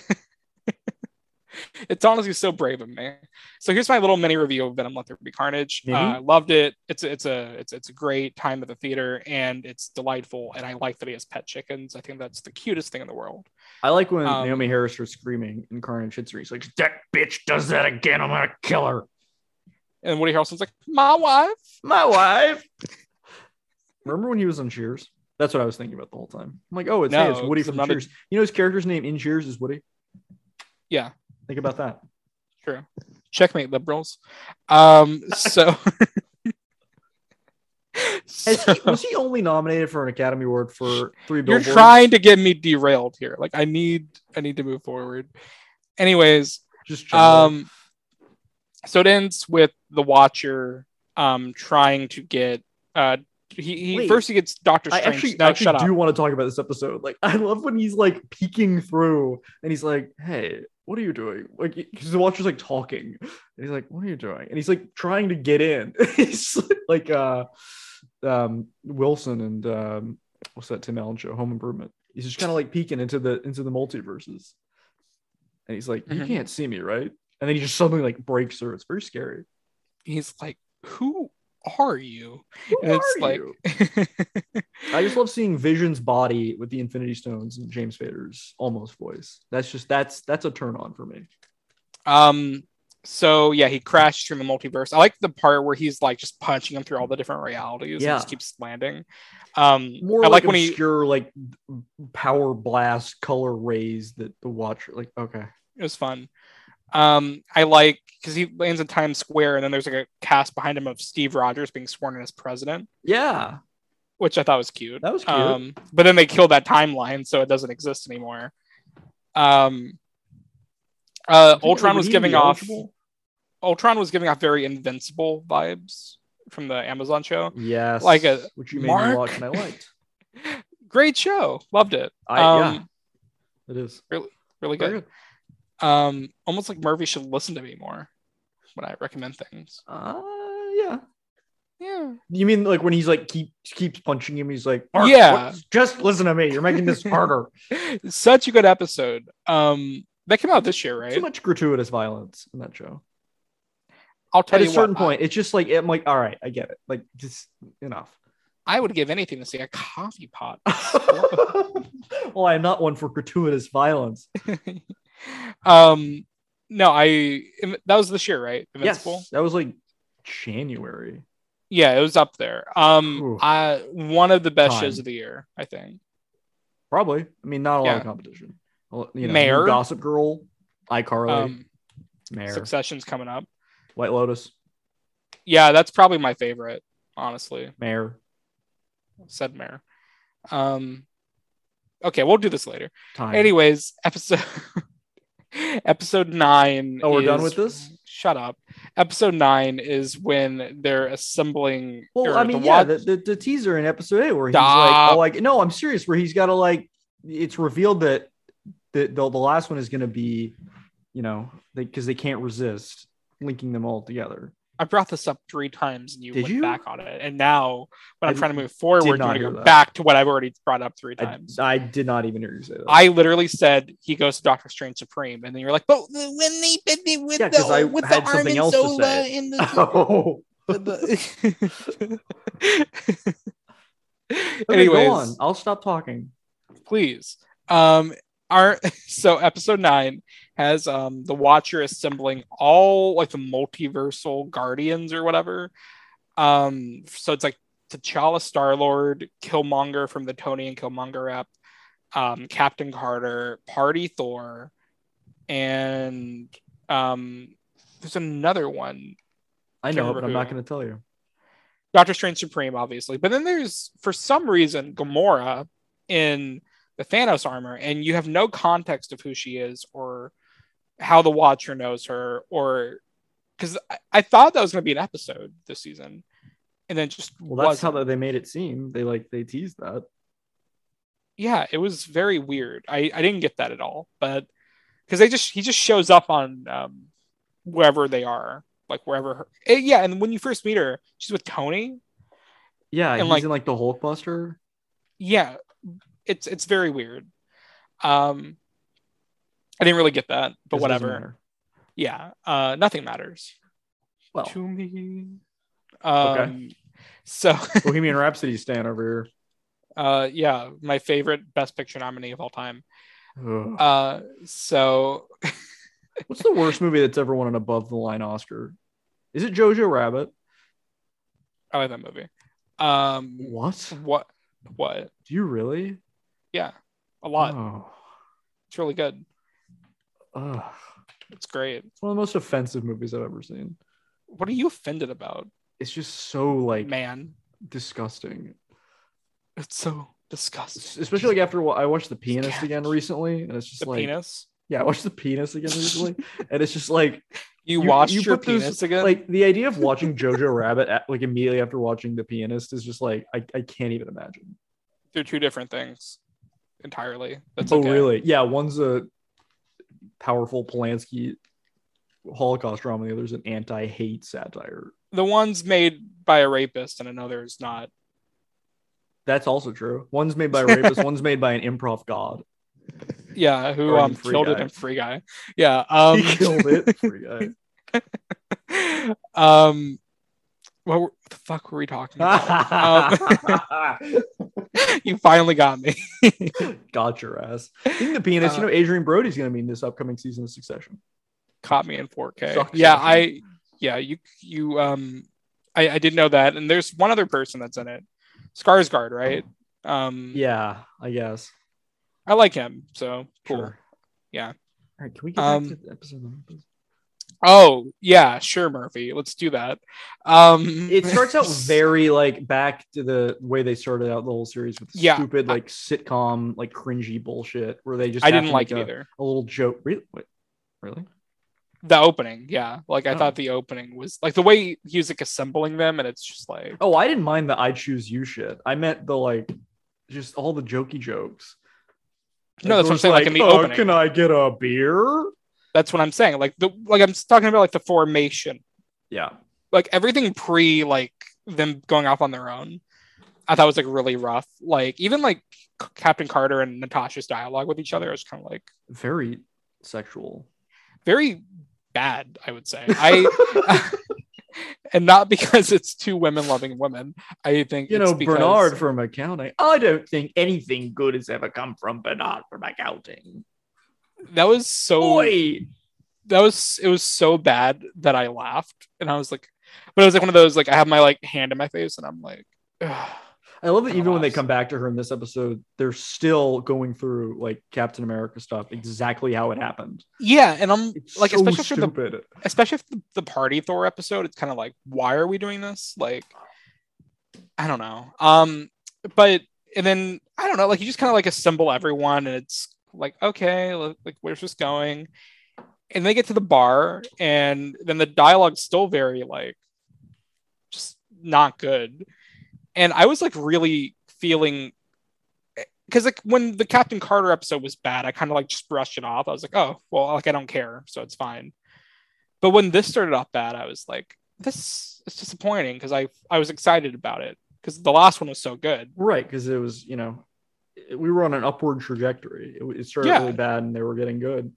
F: it's honestly so brave of me so here's my little mini review of venom let there be carnage uh,
G: Mhm.
F: i loved it it's a, it's a it's, it's a great time at the theater and it's delightful and i like that he has pet chickens i think that's the cutest thing in the world
G: I like when
F: Um,
G: Naomi Harris was screaming in Carnage hits her. He's like, "That bitch does that again. I'm gonna kill her."
F: and woody harrelson's like my wife
G: My wife. Remember when he was on Cheers? That's what I was thinking about the whole time. I'm like, oh, it's, hey, it's
F: No,
G: Woody
F: 'cause I'm not
G: from
F: a-
G: Cheers. You know his character's name in Cheers is Woody.
F: Yeah.
G: Think about that.
F: true checkmate liberals um so
G: Has
F: So-
G: he, was he only nominated for an Academy Award for three
F: You're
G: billboards?
F: trying to get me derailed here. Like I need I need to move forward. Anyways,
G: Just generally.
F: um So it ends with the Watcher um, trying to get. Uh, he, he
G: Wait.
F: first he gets Doctor
G: I
F: Strange.
G: actually,
F: no,
G: I actually
F: shut up.
G: do want to talk about this episode. Like, I love when he's like peeking through and he's like, hey, what are you doing? Like, because the watcher's like talking and he's like, what are you doing? And he's like trying to get in. he's like, uh, um, Wilson and um, what's that Tim Allen show, Home Improvement. He's just kind of like peeking into the into the multiverses, and he's like, you
F: Mhm.
G: can't see me, right? And then he just suddenly like breaks through. It's very scary.
F: He's like, "Who are you?"
G: Who
F: and it's
G: are
F: like,
G: you? I just love seeing Vision's body with the Infinity Stones and James Fader's almost voice. That's just that's that's a turn on for me.
F: Um, so yeah, he crashed through the multiverse. I like the part where he's like just punching him through all the different realities
G: Yeah.
F: and just keeps landing. Um,
G: More
F: I like,
G: like,
F: when he
G: obscure like power blast color rays that the watcher like okay.
F: it was fun. Um, I like because he lands in Times Square and then there's like a cast behind him of Steve Rogers being sworn in as president,
G: Yeah.
F: which I thought was cute.
G: That was cute.
F: Um, but then they killed that timeline, so it doesn't exist anymore. Um, uh,
G: Like,
F: Ultron
G: would
F: was
G: he
F: giving
G: be
F: off
G: eligible?
F: Ultron was giving off very invincible vibes from the Amazon show.
G: Yes.
F: like a
G: which you made me
F: mark?
G: watch and I liked.
F: Great show, loved it.
G: I
F: um,
G: yeah, it is.
F: really
G: Very
F: good.
G: good.
F: Um, almost like Murphy should listen to me more when I recommend things.
G: Uh, yeah.
F: Yeah,
G: You mean like when he's like keep keeps punching him, he's like, "Mark,
F: Yeah.
G: what- just listen to me. You're making this harder.
F: such a good episode. Um, that came out this year,
G: Too
F: right?
G: much gratuitous violence in that show.
F: I'll tell
G: at a
F: you
G: certain
F: what, I-
G: point, it's just like I'm like, all right, I get it. Like, just enough.
F: I, would give anything to see a coffee pot.
G: well, I'm not one for gratuitous violence.
F: um, no, I that was this year, right?
G: Yes, that was like January.
F: Yeah, it was up there. Um,
G: Ooh.
F: I one of the best
G: Time.
F: shows of the year, I think.
G: Probably. I mean, not a lot
F: Yeah.
G: of competition. Well, You know,
F: Mayor.
G: Gossip Girl, iCarly,
F: Um,
G: Mayor,
F: Succession's coming up.
G: White Lotus,
F: Yeah, that's probably my favorite, honestly.
G: Mayor.
F: Said Mayor. Um, okay, we'll do this later.
G: Time.
F: Anyways, episode episode nine.
G: Oh, we're done
F: is-
G: with this?
F: Shut up. Episode nine is when they're assembling.
G: Well,
F: or
G: I
F: the
G: mean, yeah,
F: Watch-
G: the, the, the teaser in episode eight where he's
F: Stop.
G: like, oh, like, no, I'm serious. Where he's got to like, it's revealed that the the, the last one is going to be, you know, because they, can't resist linking them all together.
F: I brought this up three times and you
G: Did
F: went
G: you?
F: back on it. And now when
G: I
F: I'm trying to move forward, you
G: not
F: want to
G: hear
F: go
G: that.
F: back to what I've already brought up three
G: I,
F: times.
G: I did not even hear you say that.
F: I literally said he goes to Doctor Strange Supreme, and then you're like, "But when they did it with
G: Yeah, 'cause I
F: the with the
G: had something
F: arm and
G: else to
F: Zola
G: say.
F: in the."
G: oh,
F: the-
G: okay, go
F: Anyways,
G: on. I'll stop talking.
F: please. Um, our so episode nine has um the Watcher assembling all like the multiversal guardians or whatever. Um, so it's like T'Challa, Star Lord, Killmonger from the Tony and Killmonger app, um, Captain Carter, Party Thor, and um, there's another one,
G: I
F: Can't
G: know, but
F: remember
G: I'm not
F: who.
G: going to tell you.
F: Doctor Strange Supreme, obviously. But then there's, for some reason, Gamora in the Thanos armor, and you have no context of who she is or how the Watcher knows her, or because I, I thought that was going to be an episode this season, and then just
G: Well, that's
F: wasn't.
G: how they made it seem. They like they teased that.
F: yeah, it was very weird. I, I didn't get that at all, but because they just he just shows up on um, wherever they are, like wherever. Her, eh, yeah, and when you first meet her, she's with Tony.
G: Yeah,
F: And,
G: he's
F: like-
G: in like the Hulkbuster.
F: yeah it's it's very weird um i didn't really get that but
G: This doesn't
F: whatever
G: matter.
F: yeah uh nothing matters
G: Well,
F: to me um
G: Okay.
F: so
G: Bohemian Rhapsody stand over
F: uh yeah my favorite best picture nominee of all time
G: here. Ugh.
F: uh so
G: What's the worst movie that's ever won an above the line Oscar? Is it Jojo Rabbit?
F: i like that movie um
G: What?
F: what what
G: Do you really?
F: yeah a lot
G: Oh.
F: it's really good
G: Ugh.
F: it's great
G: It's one of the most offensive movies I've ever seen.
F: what are you offended about
G: It's just so like
F: man
G: disgusting.
F: it's so disgusting
G: Especially like after wa- I watched The Pianist again recently, and it's just
F: the
G: like
F: penis
G: Yeah, I watched the penis again recently, and it's just like
F: You,
G: You-
F: watched
G: you
F: your
G: put those,
F: penis again?
G: like the idea of watching Jojo Rabbit at, like immediately after watching The Pianist is just like I, I can't even imagine.
F: They're two different things entirely. That's
G: oh
F: okay.
G: really? Yeah, one's a powerful Polanski Holocaust drama, the other's an anti-hate satire.
F: The one's made by a rapist and another is not.
G: That's also true. One's made by a rapist, one's made by an improv god.
F: Yeah, who
G: Or in
F: um,
G: Free
F: killed it
G: Guy.
F: in Free Guy. Yeah. Um,
G: he killed it. Free guy.
F: um, what, were, the fuck were we talking about? you finally got me.
G: Got your ass. In the pianist,
F: Uh,
G: you know, Adrian Brody's going to be in this upcoming season of Succession.
F: Caught me in 4K.
G: Sucks,
F: yeah,
G: doesn't
F: I. Yeah, you you um, I I did know that, and there's one other person that's in it, Skarsgård, right? Um,
G: Yeah, I guess.
F: I like him, so cool.
G: Sure.
F: Yeah.
G: All right. Can we get
F: Um,
G: back to the episode? number, please?
F: Oh yeah, sure, Murphy. Let's do that. Um,
G: It starts out very like back to the way they started out the whole series with
F: Yeah,
G: stupid
F: I-
G: like sitcom like cringy bullshit where they just
F: I
G: have
F: didn't
G: to
F: like
G: make
F: it
G: a,
F: either.
G: A little joke. Really? Wait, really?
F: The opening, yeah. Like I
G: Oh.
F: thought the opening was like the way he was like assembling them, and it's just like
G: Oh, I didn't mind the I choose you shit. I meant the like just all the jokey jokes.
F: no, that's what I'm
G: was
F: saying. Like, in the
G: "Uh,
F: opening,
G: Can I get a beer?
F: that's what I'm saying. Like the like I'm talking about like the formation,
G: Yeah.
F: like everything pre like them going off on their own. I thought was like really rough. Like even like C- Captain Carter and Natasha's dialogue with each other I was kind of like
G: Very sexual.
F: very bad. I would say I. and not because it's two women loving women. I think
G: you
F: it's
G: know,
F: because-
G: Bernard from accounting. I don't think anything good has ever come from Bernard from accounting.
F: That was so
G: Boy.
F: that was it was so bad that I laughed and I was like, but it was like one of those like I have my like hand in my face and I'm like, ugh.
G: I love that even when they
F: Gosh.
G: come back to her in this episode, they're still going through like Captain America stuff, exactly how it happened.
F: yeah, and I'm
G: It's
F: like,
G: so
F: especially for the
G: stupid.
F: especially for the, the party Thor episode, it's kind of like, why are we doing this? Like, I don't know. Um, but and then I don't know, like you just kind of like assemble everyone, and it's like, okay, li- like where's this going? And they get to the bar, and then the dialogue's still very like, just not good. And I was like really feeling. Because like when the Captain Carter episode was bad, I kind of like just brushed it off. I was like, oh well, like I don't care, so it's fine but when this started off bad i was like this is disappointing because i i was excited about it because the last one was so good
G: Right, because it was, you know, it- we were on an upward trajectory. It, it started
F: Yeah.
G: really bad and they were getting good.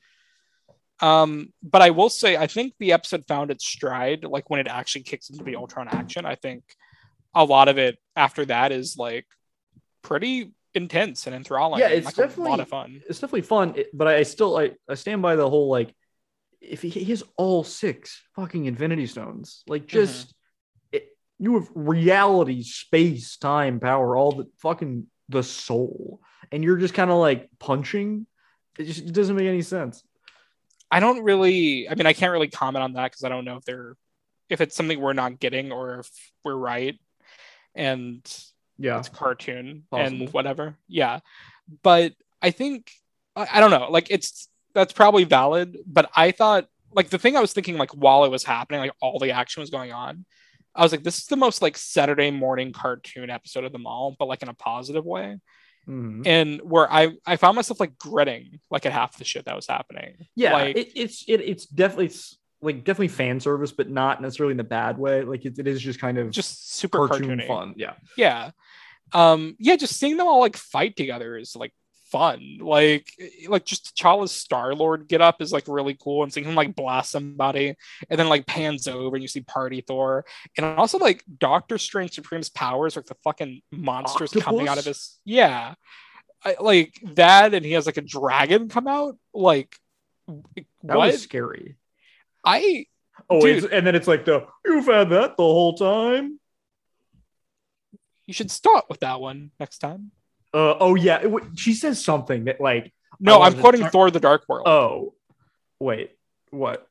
F: um but i will say i think the episode found its stride like when it actually kicks into the ultron action i think a lot of it after that is like pretty intense and enthralling
G: Yeah,
F: and,
G: it's
F: like, a lot
G: definitely-
F: of fun
G: It's definitely fun, it- but I, I still I, I stand by the whole like if he, he has all six fucking infinity stones, like just it, you have reality, space, time, power, all the fucking the soul, and you're just kind of like punching. It just it doesn't make any sense.
F: i don't really i mean i can't really comment on that because i don't know if they're if it's something we're not getting or if we're right and
G: Yeah,
F: it's cartoon
G: Possible.
F: and whatever. Yeah. But I think I, I don't know, like it's that's probably valid, but I thought like the thing I was thinking like while it was happening, like all the action was going on, I was like, this is the most like Saturday morning cartoon episode of them all, but like in a positive way.
G: Mhm.
F: And where I I found myself like gritting like at half the shit that was happening.
G: yeah.
F: like-
G: it, it's it, it's definitely it's like definitely fan service, but not necessarily in the bad way. Like it, it is just kind of
F: Just super
G: cartoon
F: cartoony.
G: fun. Yeah.
F: yeah um yeah just seeing them all like fight together is like fun like like just T'Challa's Star Lord get up is like really cool and seeing him like blast somebody and then like pans over and you see Party Thor and also like Doctor Strange Supreme's powers like the fucking monsters coming out of
G: Octopus?
F: his yeah I, like that and he has like a dragon come out like
G: That
F: what
G: was scary.
F: I
G: Oh,
F: Dude.
G: it's, and then it's like the you've had that the whole time.
F: you should start with that one next time
G: Uh, oh yeah, it w- she says something that like
F: no
G: wanted
F: I'm
G: to
F: quoting
G: start-
F: Thor the Dark World
G: oh wait what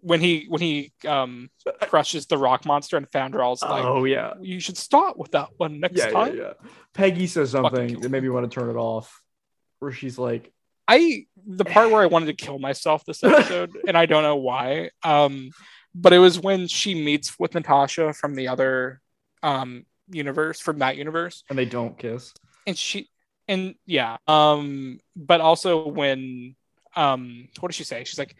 F: when he when he um crushes the rock monster and Fandral's like
G: oh yeah
F: you should start with that one next
G: yeah, yeah
F: time.
G: yeah Peggy says
F: kill
G: something
F: me.
G: that made me want to turn it off where she's like
F: I the part where I wanted to kill myself this episode, and I don't know why. Um, but it was when she meets with Natasha from the other um universe, from that universe,
G: and they don't kiss.
F: and she and yeah. Um, but also when um, what does she say? She's like,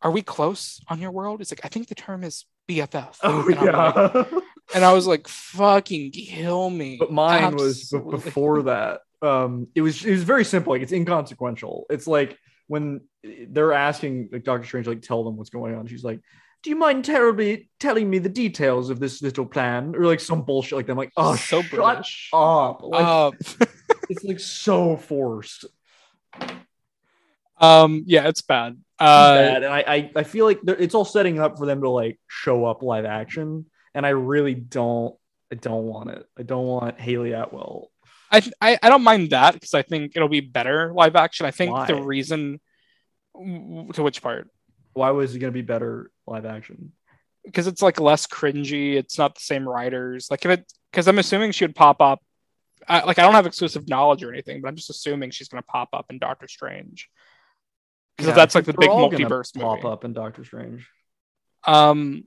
F: "Are we close on your world?" It's like I think the term is BFF.
G: Oh,
F: and I'm like- and I was like, "Fucking kill me!"
G: but mine was b-
F: Absolutely.
G: before that. Um, it was it was very simple. Like it's inconsequential. It's like when they're asking like Doctor Strange like tell them what's going on. She's like, "Do you mind terribly telling me the details of this little plan?" Or like some bullshit like that. I'm like, "Oh,
F: So
G: shut
F: British.
G: up!" Like
F: Uh,
G: it's like so forced.
F: um, yeah, it's bad. Uh,
G: bad. And I, I, I feel like they're- it's all setting up for them to like show up live action, and I really don't. I don't want it. I don't want Haley Atwell.
F: I, th- I I don't mind that because I think it'll be better live action. I think the
G: Why?
F: reason w- to which part
G: Why was it going to be better live action?
F: because it's like less cringy. It's not the same writers. Like if it because I'm assuming she would pop up. I, like I don't have exclusive knowledge or anything, but I'm just assuming she's gonna pop up in Doctor Strange because
G: Yeah,
F: that's
G: I
F: like
G: think
F: the
G: they're
F: big
G: all gonna
F: multiverse
G: pop
F: movie.
G: up in Doctor Strange.
F: Um,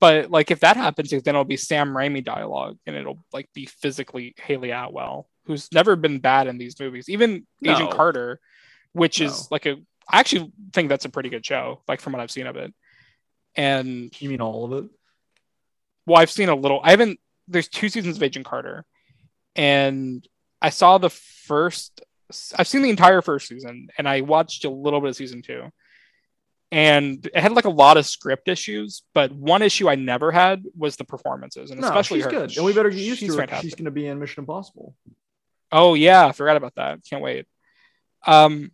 F: but like if that happens, then it'll be Sam Raimi dialogue, and it'll like be physically Haley Atwell, who's never been bad in these movies, even Agent
G: No.
F: Carter, which
G: No.
F: is like a. I actually think that's a pretty good show, like from what I've seen of it. And
G: You mean all of it?
F: well, I've seen a little. I haven't. There's two seasons of Agent Carter, and I saw the first. I've seen the entire first season, and I watched a little bit of season two. And it had like a lot of script issues, but one issue I never had was the performances, and
G: No,
F: especially
G: she's
F: her.
G: good, and we better get used
F: She's
G: to her.
F: fantastic.
G: She's going to be in Mission Impossible.
F: Oh yeah, I forgot about that. Can't wait. Um,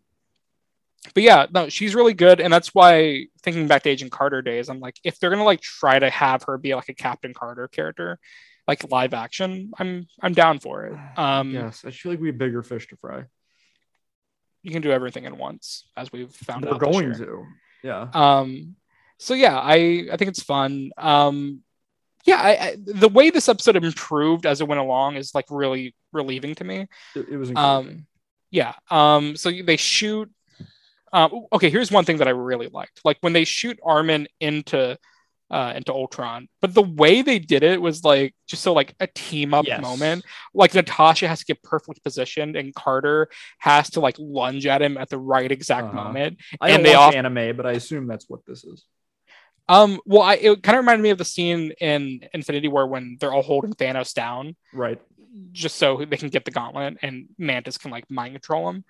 F: but yeah, no, she's really good, and that's why thinking back to Agent Carter days, I'm like, if they're gonna like try to have her be like a Captain Carter character, like live action, I'm I'm down for it. Um,
G: yes, I feel like we have bigger fish to fry.
F: you can do everything at once, as we've found
G: We're
F: out. this
G: going
F: year.
G: to. Yeah.
F: Um, so yeah, I I think it's fun. Um, yeah, I, I, the way this episode improved as it went along is like really relieving to me.
G: It, it was encouraging.
F: um yeah um so they shoot um okay here's one thing that i really liked like when they shoot armin into uh into ultron but the way they did it was like just so like a team up
G: Yes.
F: moment like natasha has to get perfectly positioned and carter has to like lunge at him at the right exact
G: Uh-huh.
F: moment
G: I don't
F: and they
G: watch
F: off-
G: anime, but I assume that's what this is.
F: um well i it kind of reminded me of the scene in infinity war when they're all holding thanos down
G: Right.
F: just so they can get the gauntlet and Mantis can like mind control him.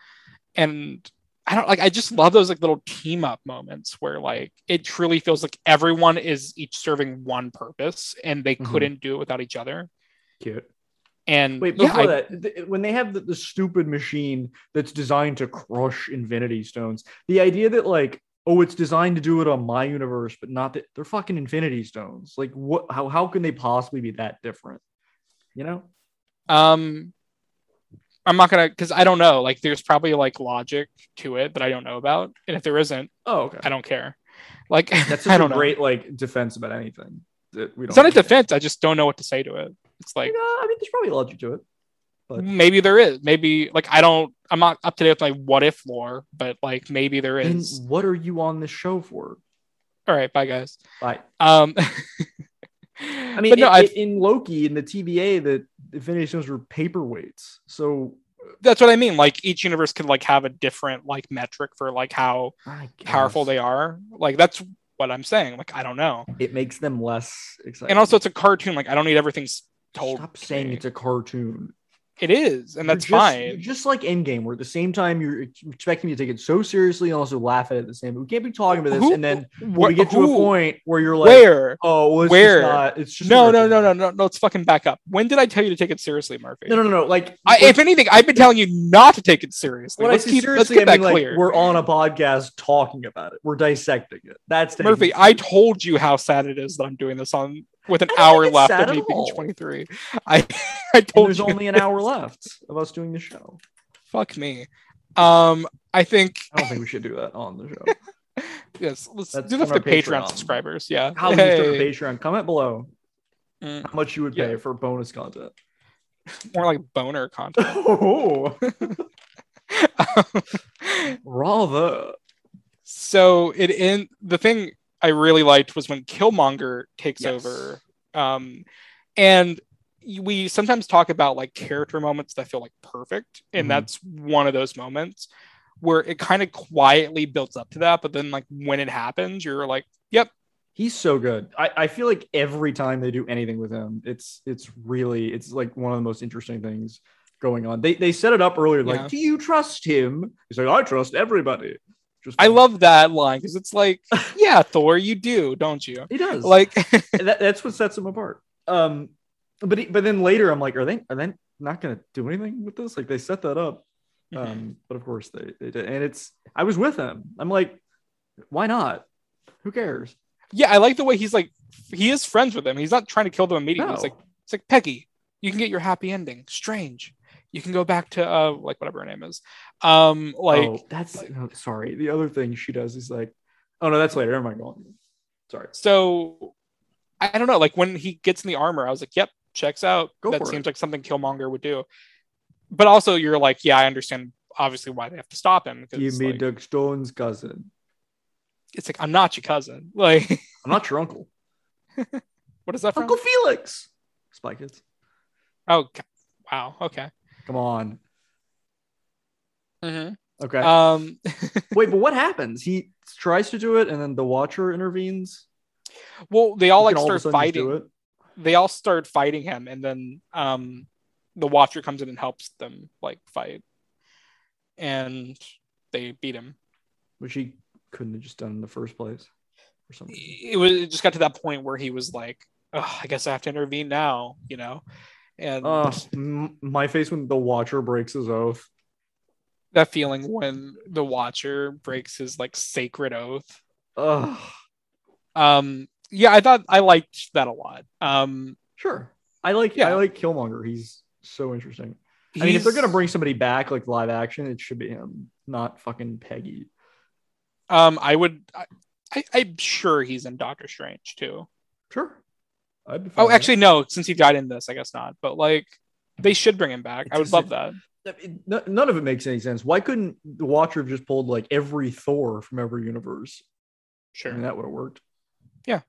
F: And I don't like I just love those like little team up moments where like it truly feels like everyone is each serving one purpose and they
G: Mhm.
F: couldn't do it without each other.
G: Cute.
F: And
G: Wait,
F: yeah,
G: before
F: I-
G: that, th- when they have the, the stupid machine that's designed to crush Infinity Stones, the idea that like, oh, it's designed to do it on my universe, but not that they're fucking Infinity Stones. Like, what? How how can they possibly be that different? You know?
F: um I'm not gonna because I don't know. Like there's probably like logic to it that I don't know about. And if there isn't,
G: Oh, okay.
F: I don't care. Like
G: That's
F: I
G: such a
F: don't know.
G: great like defense about anything that we don't.
F: It's not a
G: understand.
F: defense. I just don't know what to say to it. It's like
G: You know, I mean, there's probably logic to it. but-
F: maybe there is. Maybe like I don't. I'm not up to date with my what if lore, but like maybe there
G: Then
F: is.
G: what are you on this show for?
F: All right, bye guys.
G: Like,
F: Um,
G: I mean,
F: but no,
G: i-
F: I,
G: i- in Loki, in the TVA, the Infinity Stones were paperweights. So
F: that's what I mean. Like each universe can like have a different like metric for like how
G: I
F: powerful
G: guess
F: they are. Like that's what I'm saying. Like I don't know.
G: It makes them less exciting.
F: And also, it's a cartoon. Like I don't need everything s- told.
G: Stop
F: to
G: saying
F: me.
G: it's a cartoon.
F: It is, and
G: You're
F: that's
G: just, you're
F: fine.
G: Just like Endgame, where at the same time you're ex- expecting me to take it so seriously and also laugh at it at the same. We can't be talking about this
F: Who-
G: and then
F: Wh-
G: we get to a
F: who-
G: point where you're like,
F: where?
G: oh, well, it's
F: Where?
G: just not. It's just
F: No,
G: not
F: no,
G: good."
F: no, no, no, no. Let's fucking back up. When did I tell you to take it seriously, Murphy?
G: no, no, no, no. Like
F: I,
G: when-
F: if anything, I've been telling you not to take it seriously.
G: when I
F: let's
G: say
F: keep let's
G: seriously,
F: get
G: I
F: that
G: mean like
F: clear.
G: we're on a podcast talking about it. We're dissecting it. That's taking
F: Murphy,
G: it
F: I told you how sad it is that I'm doing this on with an
G: I don't
F: hour
G: think it's
F: left
G: sad
F: of
G: at
F: me being
G: all.
F: 23. I I
G: And
F: told
G: there's
F: you.
G: only an hour left of us doing the show.
F: fuck me. Um, I think
G: I don't think we should do that on the show.
F: yes. Let's
G: That's
F: do this
G: on our
F: for Patreon
G: Patreon.
F: subscribers. Yeah.
G: How would you start a
F: Hey.
G: Patreon? Comment below
F: Mm,
G: how much you would
F: Yeah.
G: pay for bonus content.
F: more like boner content.
G: Oh, Bravo.
F: so it in the thing I really liked was when Killmonger takes
G: Yes.
F: over. Um, and y- we sometimes talk about like character moments that feel like perfect, and
G: Mhm.
F: that's one of those moments where it kind of quietly builds up to that, but then like when it happens, you're like, "Yep,
G: He's so good. I, I feel like every time they do anything with him, it's it's really it's like one of the most interesting things going on. They they set it up earlier, like,
F: Yeah.
G: do you trust him? He's like, I trust everybody. Just
F: I love that line because it's like, yeah, Thor, you do, don't you?
G: he does
F: Like,
G: that, that's what sets them apart. Um, but he- but then later, I'm like, are they are they not going to do anything with this? Like they set that up.
F: Mm-hmm.
G: Um, but of course they they did, and it's I was with him. I'm like, why not? Who cares?
F: yeah, I like the way he's like, he is friends with them. He's not trying to kill them immediately.
G: No.
F: He's like, it's like Peggy, you can get your happy ending. Strange. You can go back to uh, like whatever her name is. Um, like,
G: oh, that's no, sorry. The other thing she does is like, oh no, that's later. Never mind. Go on. Sorry.
F: so I I don't know. Like when he gets in the armor, I was like, yep, checks out.
G: Go
F: that
G: for
F: seems
G: it.
F: like something Killmonger would do. But also, you're like, yeah, I understand. Obviously, why they have to stop him. 'cause,
G: You mean
F: like,
G: Doug Stone's cousin?
F: it's like I'm not your cousin. Like,
G: I'm not your uncle.
F: what is that from?
G: Uncle Felix. Spy Kids.
F: Oh, g- wow. Okay.
G: Come on. Okay.
F: Um,
G: Wait, but what happens? He tries to do it, and then the Watcher intervenes.
F: well, they all
G: He
F: like
G: can of a
F: start
G: sudden just do
F: fighting.
G: it.
F: They all start fighting him, and then um, the Watcher comes in and helps them like fight, and they beat him.
G: which he couldn't have just done in the first place or something.
F: It was it just got to that point where he was like, "Ugh, I guess I have to intervene now, you know, and
G: Uh, m- my face when the Watcher breaks his oath.
F: that feeling when the Watcher breaks his like sacred oath
G: Ugh.
F: um yeah i thought i liked that a lot um
G: Sure, I like
F: Yeah.
G: I like Killmonger. He's so interesting. I mean, if they're
F: he's-
G: gonna bring somebody back like live action, it should be him, not fucking Peggy.
F: um i would I, I i'm sure he's in doctor strange too
G: Sure. I'd be fine
F: oh
G: with it.
F: actually no since he died in this i guess not but like they should bring him back
G: It
F: i would love that
G: I mean, no- none of it makes any sense. Why couldn't the Watcher have just pulled like every Thor from every universe? I
F: sure
G: mean, that would have worked.
F: Yeah.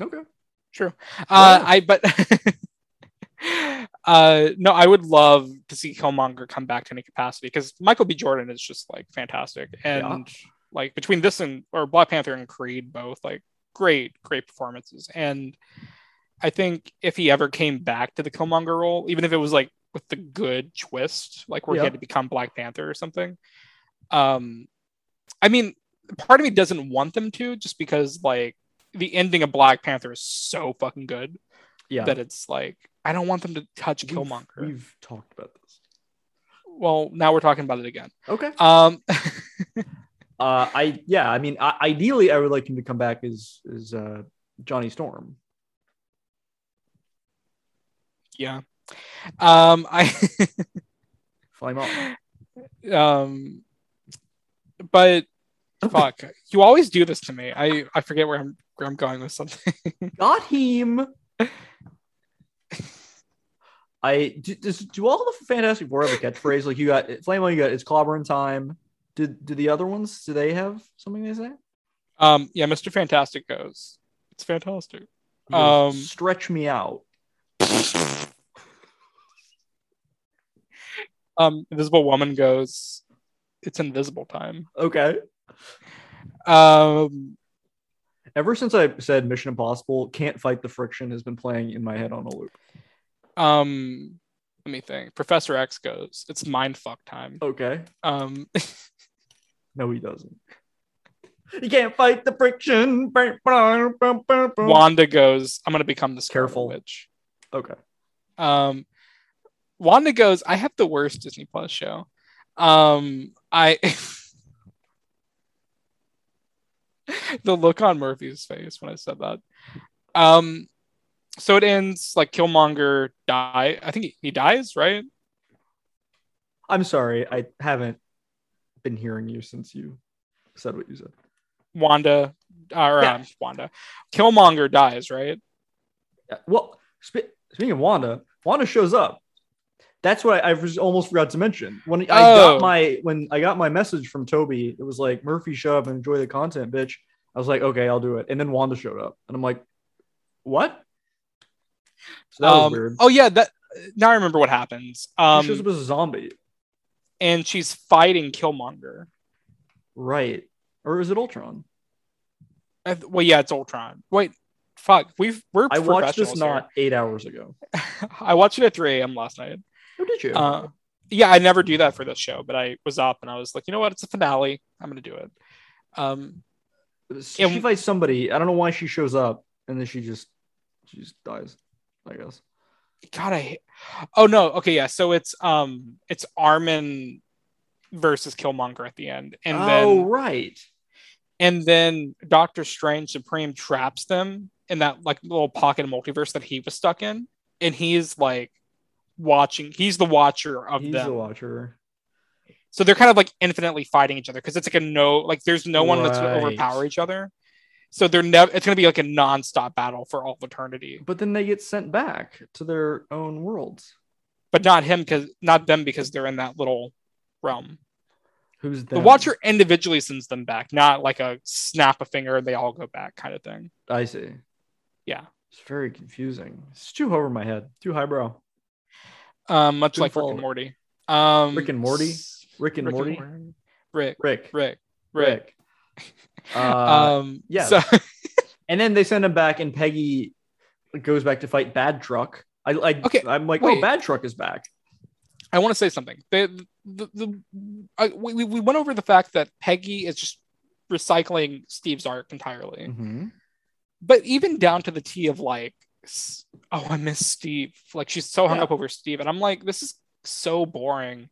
G: Okay.
F: True. Uh, I but uh, no, I would love to see Killmonger come back to any capacity because Michael B. Jordan is just like fantastic, and like between this and or Black Panther and Creed, both like great, great performances. And I think if he ever came back to the Killmonger role, even if it was like with the good twist, like where
G: Yeah.
F: he had to become Black Panther or something, um, I mean, part of me doesn't want them to just because like the ending of Black Panther is so fucking good
G: Yeah.
F: that it's like I don't want them to touch
G: We've-
F: Killmonger.
G: We've talked about this.
F: Well, now we're talking about it again.
G: Okay.
F: Um,
G: Uh, I yeah, I mean, I, ideally, I would like him to come back as as uh, Johnny Storm.
F: yeah. Um, I
G: Flame off.
F: um, but fuck, you always do this to me. I I forget where I'm where I'm going with something.
G: Got him. I do, does, do all the Fantastic Four have a catchphrase? Like you got flame on, you got it's clobbering time. Did do the other ones? Do they have something they say?
F: Um, yeah, Mr. Fantastic goes. It's fantastic.
G: He goes,
F: Um,
G: stretch me out.
F: Um, Invisible Woman goes. It's invisible time.
G: Okay.
F: Um,
G: Ever since I said Mission Impossible, can't fight the friction has been playing in my head on a loop.
F: um, let me think. Professor X goes. It's mind fuck time.
G: Okay.
F: Um,
G: No, he doesn't. You can't fight the friction.
F: Wanda goes, I'm gonna become the Scarlet
G: Careful.
F: Witch.
G: Okay.
F: Um, Wanda goes, I have the worst Disney Plus show. Um, I the look on Murphy's face when I said that. Um, so it ends like Killmonger die. I think he, he dies, right?
G: I'm sorry. I haven't been hearing you since you said what you said.
F: Wanda or
G: Yeah.
F: um, Wanda, Killmonger dies, right?
G: Yeah, Well, spe- speaking of Wanda, Wanda shows up. That's what I, I was almost forgot to mention. When I
F: Oh.
G: got my when I got my message from Toby, it was like Murphy, shut up and enjoy the content, bitch. I was like, okay, I'll do it. And then Wanda showed up, and I'm like, what? So that was
F: Um,
G: weird.
F: oh yeah, that now I remember what happens.
G: Oh,
F: Um,
G: she shows up as a zombie,
F: and she's fighting Killmonger.
G: right? Or is it Ultron?
F: I th- well, yeah, it's Ultron. Wait, fuck, we've we're
G: I watched this
F: professionals here.
G: not eight hours ago.
F: I watched it at 3 a.m. last night.
G: Oh, did you?
F: Uh, yeah, I never do that for this show, but I was up and I was like, you know what? It's a finale. I'm gonna do it. Um,
G: she
F: and-
G: fights somebody. I don't know why she shows up, and then she just she just dies. I guess.
F: God, I. ha- Oh no. Okay, yeah. So it's um, it's Armin versus Killmonger at the end, and
G: oh
F: then
G: right.
F: and then Doctor Strange Supreme traps them in that like little pocket multiverse that he was stuck in, and he's like watching. He's the watcher of
G: He's
F: them.
G: a watcher.
F: so they're kind of like infinitely fighting each other because it's like a no like there's no one that's gonna
G: Right.
F: overpower each other so they're never it's gonna be like a non-stop battle for all of eternity
G: But then they get sent back to their own worlds.
F: but not him because not them because they're in that little realm
G: Who's
F: the
G: them?
F: watcher individually sends them back not like a snap a finger and they all go back kind of thing
G: I see.
F: Yeah.
G: It's very confusing. It's too over my head. Too highbrow.
F: um much
G: Who
F: like rick
G: followed?
F: and morty um
G: Rick and Morty?
F: s-
G: Rick and Morty.
F: rick
G: Rick.
F: rick rick,
G: Rick. Uh,
F: um yeah
G: yeah.
F: so
G: and then they send him back, and Peggy goes back to fight Bad Truck. I, I
F: Okay,
G: I'm like,
F: wait.
G: oh, Bad Truck is back.
F: I want to say something. The the, the I, we we- we went over the fact that Peggy is just recycling Steve's arc entirely,
G: Mm-hmm.
F: but even down to the T of like, s- oh, I miss Steve. Like she's so hung
G: Yeah.
F: up over Steve, and I'm like, this is so boring.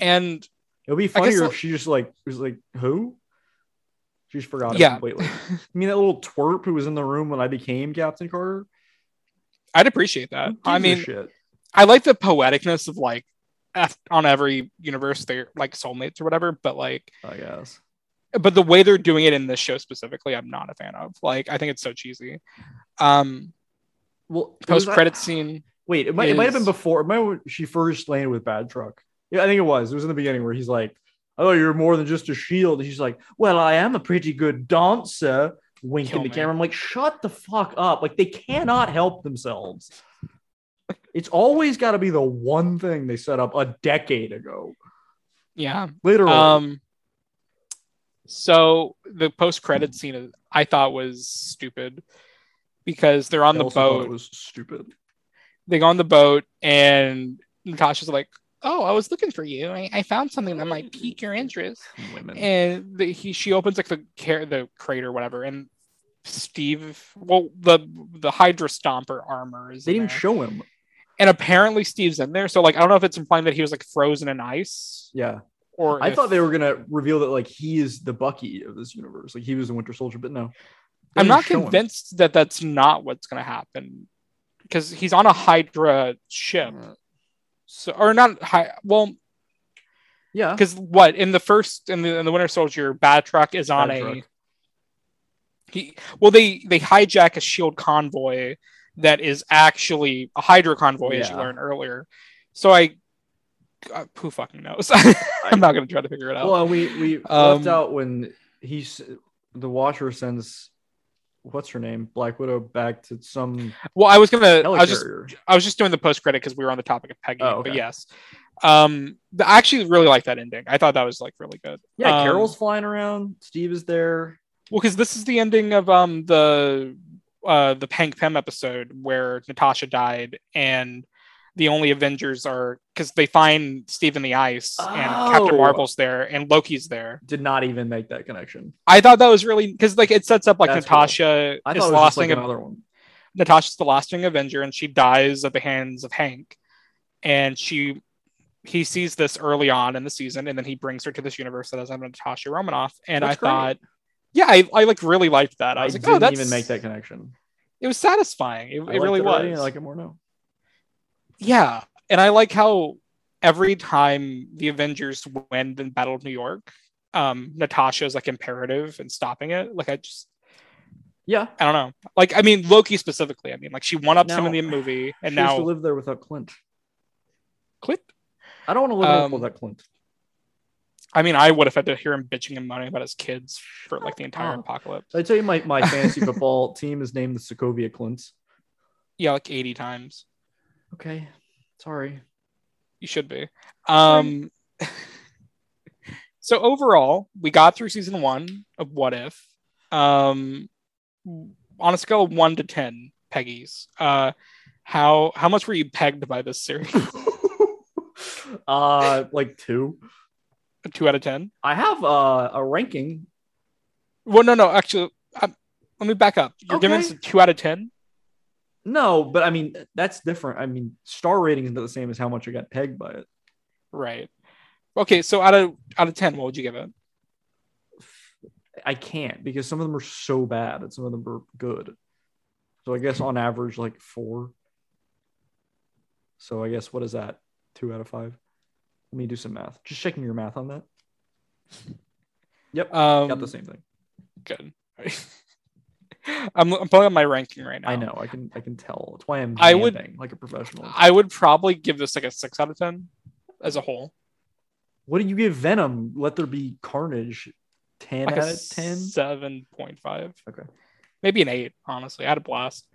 F: And
G: It'd be funnier
F: like-
G: if she just like was like, who? She just forgot
F: Yeah.
G: it completely. I mean, that little twerp who was in the room when I became Captain Carter.
F: I'd appreciate that.
G: Who
F: I
G: gives a
F: mean,
G: shit?
F: I like the poeticness of like, af- on every universe they're like soulmates or whatever, but like,
G: I guess.
F: but the way they're doing it in this show specifically, I'm not a fan of. Like, I think it's so cheesy. Um,
G: Well, it was-
F: post credit scene.
G: Wait, it might, it might have been
F: is-
G: before. It might have, she first landed with Bad Truck. Yeah, I think it was. It was in the beginning where he's like, "Oh, you're more than just a shield." And she's like, "Well, I am a pretty good dancer." Wink
F: Kill
G: in the
F: me.
G: camera. I'm like, "Shut the fuck up!" Like they cannot help themselves. It's always got to be the one thing they set up a decade ago.
F: Yeah.
G: Literally,
F: Um. So the post credit scene is- I thought was stupid because they're on
G: I
F: the
G: also thought
F: boat.
G: It was stupid.
F: they go on the boat, and Natasha's like, "Oh, I was looking for you. I, I found something that might pique your interest."
G: Women.
F: And the, he she opens like the care the crate or whatever, and Steve, well, the the Hydra Stomper armor is
G: they
F: in
G: didn't
F: there.
G: show him.
F: and apparently Steve's in there. So like, I don't know if it's implying that he was like frozen in ice
G: Yeah,
F: or
G: I
F: if-
G: thought they were gonna reveal that like he is the Bucky of this universe. Like he was the Winter Soldier, but no. They
F: I'm
G: didn't
F: not
G: show him.
F: convinced that that's not what's going to happen because he's on a Hydra ship. So, or not high. Well,
G: Yeah.
F: because what in the first in the in the Winter Soldier, Bad Truck is on
G: Bad
F: a
G: Truck.
F: he. Well, they they hijack a shield E convoy that is actually a Hydra convoy, as you
G: Yeah.
F: learned earlier. So I, uh, who fucking knows? I'm not going to try to figure it out.
G: Well, and we we
F: Um,
G: left out when he's the Watcher sends what's her name Black Widow back to some
F: well, I was gonna. I was just
G: helicarrier.
F: I was just doing the post credit because we were on the topic of Peggy.
G: Oh,
F: But
G: okay.
F: yes, um, th- I actually really like that ending. I thought that was like really good.
G: yeah,
F: um,
G: Carol's flying around. Steve is there.
F: Well, because this is the ending of um the uh the Pank Pem episode where Natasha died and the only Avengers are because they find Steve in the ice and Captain
G: Oh.
F: Marvel's there and Loki's there.
G: Did not even make that connection.
F: I thought that was really because like it sets up like
G: That's cool.
F: Natasha
G: I
F: is
G: thought it was just
F: lost
G: like
F: in a-
G: another one.
F: Natasha's the last young Avenger, and she dies at the hands of Hank. And she, he sees this early on in the season, and then he brings her to this universe that has Natasha Romanoff. And
G: That's
F: I
G: great.
F: thought, yeah, I, I like really liked that. I
G: I
F: was like,
G: didn't
F: oh, that's
G: even make that connection.
F: It was satisfying. It,
G: I
F: it
G: liked
F: really
G: already,
F: was.
G: I like it more now.
F: yeah, and I like how every time the Avengers win the Battle of New York, um, Natasha is like imperative and stopping it. Like I just,
G: Yeah,
F: I don't know. Like I mean, Loki specifically. I mean, like she won up some in
G: No.
F: the movie, and
G: she used
F: now
G: to live there without Clint.
F: Clint.
G: I don't want to live
F: Um,
G: with that Clint.
F: I mean, I would have had to hear him bitching and moaning about his kids for like the entire
G: Oh.
F: apocalypse.
G: I tell you, my, my fantasy football team is named the Sokovia Clints.
F: Yeah, like 80 times.
G: Okay, sorry.
F: You should be. Um, so overall, we got through season one of What If. Um, on a scale of one to ten, Peggy's, uh, how how much were you pegged by this series?
G: uh, like two.
F: Two out of ten.
G: I have uh, a ranking.
F: Well, no, no. Actually, um let me back up. You're giving
G: Okay.
F: us a two out of ten.
G: No, but I mean that's different. I mean, star rating is not the same as how much I got pegged by it.
F: Right. Okay, so out of out of ten, what would you give it?
G: I can't because some of them are so bad and some of them are good. So I guess on average, like four. So I guess what is that? Two out of five. Let me do some math. Just checking your math on that. Yep,
F: Um,
G: got the same thing.
F: Good. I'm, I'm pulling up my ranking right now.
G: I know. I can. I can tell. It's why I'm.
F: I would-
G: yamming like a professional.
F: I would probably give this like a six out of ten as a whole.
G: What do you give Venom? Let there be carnage. Ten
F: Like
G: out
F: a
G: of ten.
F: seven point five.
G: Okay.
F: Maybe an eight. Honestly, I had a blast.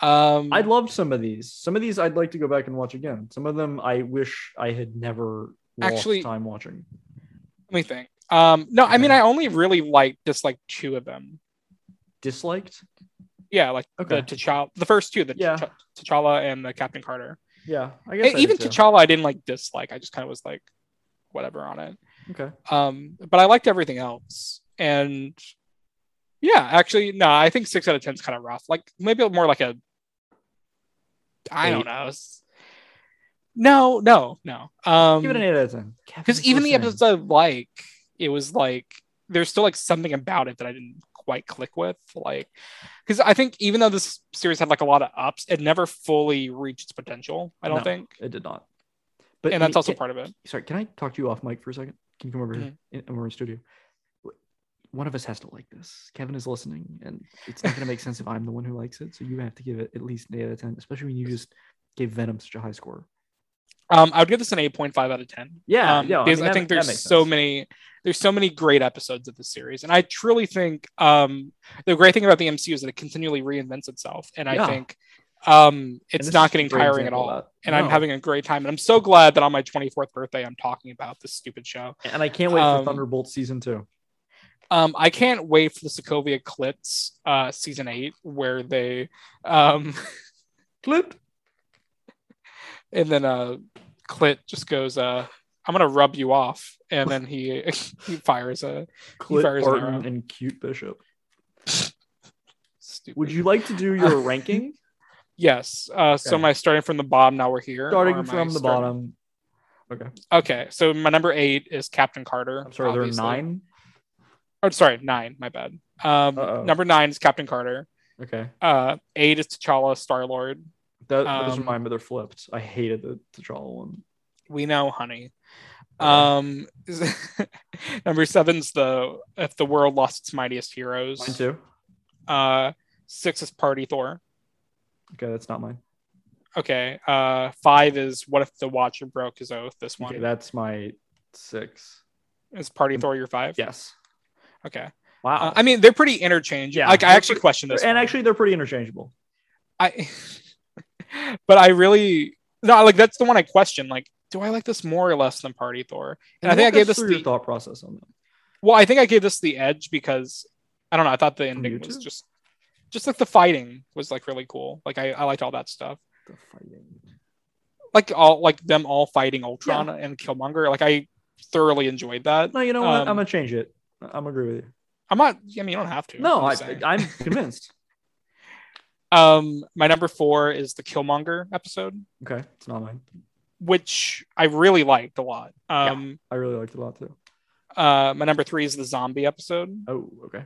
F: Um,
G: I loved some of these. Some of these I'd like to go back and watch again. Some of them I wish I had never lost
F: Actually-
G: time watching.
F: let me think. Um, no, I mean
G: Okay.
F: I only really liked just like two of them.
G: Disliked.
F: Yeah, like
G: Okay.
F: the T'Challa, the first two, the
G: Yeah.
F: T'Ch- T'Challa and the Captain Carter.
G: Yeah, I guess
F: And
G: I
F: even
G: did too.
F: T'Challa, I didn't like dislike. I just kind of was like, whatever on it.
G: Okay.
F: Um, but I liked everything else, and yeah, actually, no, I think six out of ten is kind of rough. Like maybe more like a, I
G: Eight.
F: don't know. s- No, no, no. Um,
G: Give it an eight out of ten.
F: because even the
G: episode.
F: episode like it was like there's still like something about it that i didn't quite click with like because i think even though this series had like a lot of ups it never fully reached its potential i don't
G: No.
F: think
G: It did not. But
F: and that's
G: wait,
F: also
G: can-
F: part of it
G: Sorry, can I talk to you off mic for a second? Can you come over here? In, we're in studio. One of us has to like this. Kevin is listening, and it's not going to make sense if I'm the one who likes it. So you have to give it at least an eight out of ten, especially when you just gave Venom such a high score.
F: um i would give this an 8.5 out of 10
G: Yeah,
F: um,
G: yeah. I,
F: because
G: mean,
F: I
G: that-
F: think
G: that
F: there's
G: makes
F: so
G: sense.
F: many there's so many great episodes of the series, and I truly think um, the great thing about the MCU is that it continually reinvents itself, and I
G: Yeah.
F: think um,
G: And
F: it's
G: this
F: not
G: is a
F: getting
G: great
F: tiring at
G: example
F: all.
G: of that.
F: and I'm
G: No.
F: having a great time, and I'm so glad that on my 24th birthday I'm talking about this stupid show.
G: And I can't wait
F: um,
G: for Thunderbolt season two.
F: Um, I can't wait for the Sokovia Clits uh, season eight, where they um,
G: Clip.
F: and then uh, Clit just goes, uh, "I'm gonna rub you off," and then he he fires a
G: Clip
F: E fires an
G: Barton
F: arrow.
G: and cute Bishop.
F: stupid.
G: Would you like to do your ranking
F: Yes. Uh, So
G: Okay.
F: am I starting from the bottom? Now we're here. or
G: starting
F: am I
G: from the
F: starting-
G: bottom? Okay.
F: Okay. So my number eight is Captain Carter.
G: I'm sorry, there are
F: obviously.
G: nine.
F: Oh, sorry, nine. My bad. Um,
G: Uh-oh.
F: number nine is Captain Carter.
G: Okay.
F: Uh, eight is T'Challa, Star Lord.
G: That, those are
F: Um,
G: mine, but they're flipped. I hated the T'Challa one.
F: We know, honey.
G: Okay.
F: Um, number seven's the if the world lost its mightiest heroes.
G: Mine too.
F: Uh, six is Party Thor.
G: Okay, that's not mine.
F: Okay. Uh, five is what if the Watcher broke his oath? This one
G: Okay, that's my six.
F: is Party Thor. Your five.
G: Yes.
F: Okay.
G: Wow.
F: Uh, I mean, they're pretty interchangeable.
G: Yeah.
F: like I
G: They're
F: actually
G: pretty-
F: question this, one.
G: and actually, they're pretty interchangeable.
F: I, but I really no, like that's the one I question. Like, do I like this more or less than Party Thor? And, I think I
G: walk
F: gave
G: us
F: this
G: through
F: the
G: your thought process on that.
F: well, I think I gave this the edge because I don't know. I thought the ending
G: you
F: was
G: too?
F: just just like the fighting was like really cool. Like I, I liked all that stuff.
G: The fighting.
F: Like all like them all fighting Ultron and Killmonger. Like I thoroughly enjoyed that.
G: No, you know what?
F: Um,
G: I'm gonna change it. I'm agree with you.
F: I'm not. I mean, you don't have to.
G: No,
F: I'm
G: I,
F: just saying.
G: I'm convinced.
F: um, my number four is the Killmonger episode,
G: okay, it's not mine.
F: which I really liked a lot. Um.
G: I really liked it a lot too.
F: Uh, my number three is the zombie episode.
G: Oh, okay,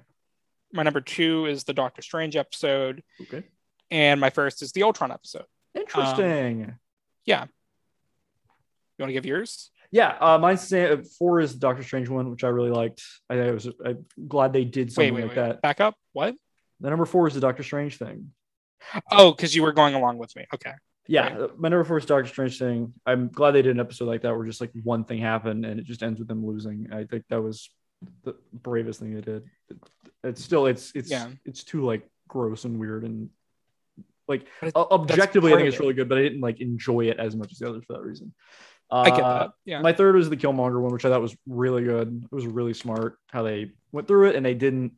F: My number two is the Doctor Strange episode,
G: okay,
F: and my first is the Ultron episode.
G: interesting.
F: Um, You want to give yours?
G: yeah, uh, mine's sa- four is the Doctor Strange one, which I really liked. I, I was I'm glad they did
F: Wait,
G: something
F: wait, wait.
G: like that.
F: Back up. What?
G: The number four is the Doctor Strange thing.
F: Oh, because you were going along with me. Okay.
G: yeah, my number four is Doctor Strange thing. I'm glad they did an episode like that where just like one thing happened and it just ends with them losing. I think that was the bravest thing they did. It's still it's it's
F: Yeah.
G: it's too like gross and weird and like
F: But it-
G: o- objectively I
F: part of
G: think
F: it.
G: it's really good, but I didn't like enjoy it as much as the others for that reason. Uh,
F: I get that. Yeah.
G: My third was the Killmonger one, which I thought was really good. It was really smart how they went through it and they didn't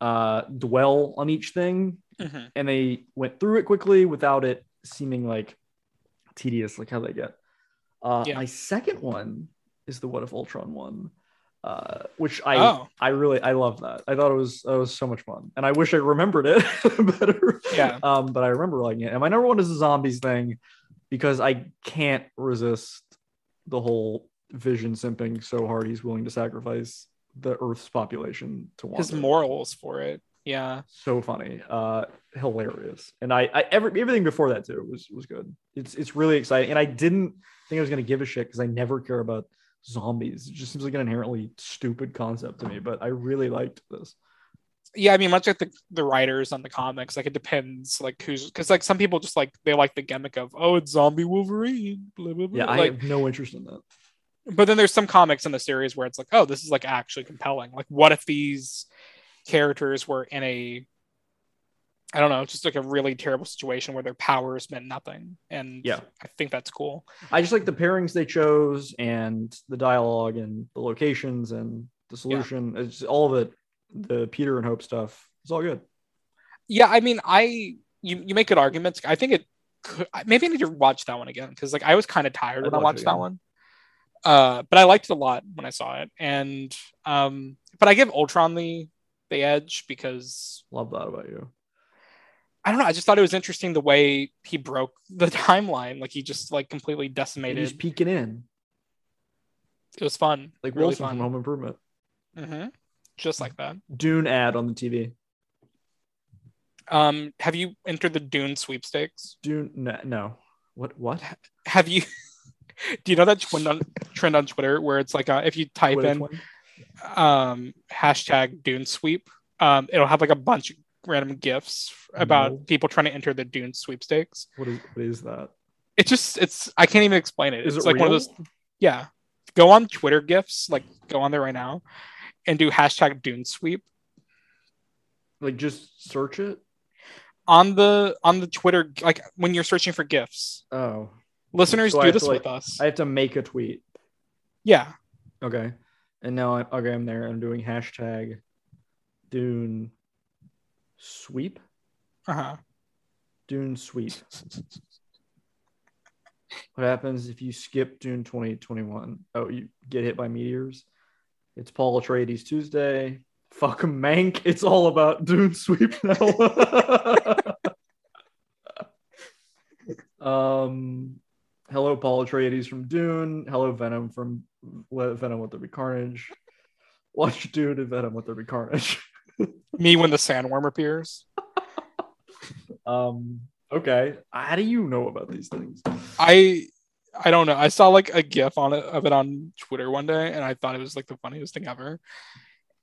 G: uh dwell on each thing
F: Mhm.
G: and they went through it quickly without it seeming like tedious, like how they get. Uh,
F: Yeah.
G: My second one is the What If Ultron one, uh, which I
F: Oh.
G: I really I love that. I thought it was that was so much fun, and I wish I remembered it better.
F: Yeah.
G: Um, but I remember liking it. And my number one is the zombies thing because I can't resist the whole Vision simping so hard he's willing to sacrifice the Earth's population to one
F: His morals for it. Yeah.
G: so funny uh hilarious and i i every, everything before that too was was good it's it's really exciting and i didn't think i was going to give a shit because i never care about zombies it just seems like an inherently stupid concept to me but i really liked this
F: Yeah. I mean, much like the, the writers on the comics, like it depends, like who's, because like some people just like, they like the gimmick of, oh, it's zombie Wolverine. Blah, blah, blah.
G: yeah i
F: like,
G: have no interest in that
F: but then there's some comics in the series where it's like, oh, this is like actually compelling. Like, what if these characters were in a, I don't know, just like a really terrible situation where their powers meant nothing, and
G: Yeah.
F: I think that's cool.
G: i just like the pairings they chose and the dialogue and the locations and the solution it's just all of it the peter and hope stuff it's all good
F: Yeah, I mean, I you you make good arguments. I think it could maybe I need to watch that one again because like I was kind of tired
G: I'd
F: when I
G: watch
F: watched
G: it
F: that
G: again.
F: one. Uh, but I liked it a lot when I saw it, and um, but I give Ultron the the edge because
G: love that about you
F: I don't know. I just thought it was interesting the way he broke the timeline. Like he just like completely decimated.
G: he's peeking in
F: It was fun.
G: like
F: really
G: wilson from
F: fun.
G: home improvement
F: hmm Just like that.
G: dune ad on the tv
F: Um, have you entered the Dune sweepstakes?
G: Do no, no. What what?
F: Have you? do you know that trend on, trend on Twitter where it's like uh, if you type
G: What if
F: in
G: one-
F: um, hashtag Dune sweep, um, it'll have like a bunch of random gifs about
G: No.
F: people trying to enter the Dune sweepstakes.
G: What is what is that?
F: It's just it's I can't even explain it.
G: Is
F: it's
G: it
F: like one of
G: real?
F: those yeah go on twitter gifs like go on there right now and do hashtag dune sweep
G: Like just search it.
F: on the on the twitter like when you're searching for gifs
G: Oh,
F: listeners
G: So I
F: do
G: have
F: this
G: to,
F: with
G: like-
F: us
G: I have to make a tweet.
F: yeah
G: Okay, and now I'm okay. I'm there. I'm doing hashtag Dune sweep.
F: uh-huh
G: Dune sweep. what happens if you skip Dune 2021? Oh, you get hit by meteors. It's Paul Atreides Tuesday. Fuck Mank. It's all about Dune sweep now. um, hello, Paul Atreides from Dune. Hello, Venom from Le- Venom with the Be Carnage. Watch Dune and Venom with the Be Carnage.
F: me when the sandworm appears
G: Um, okay. How do you know about these things?
F: i i don't know i saw like a gif on it of it on twitter one day and i thought it was like the funniest thing ever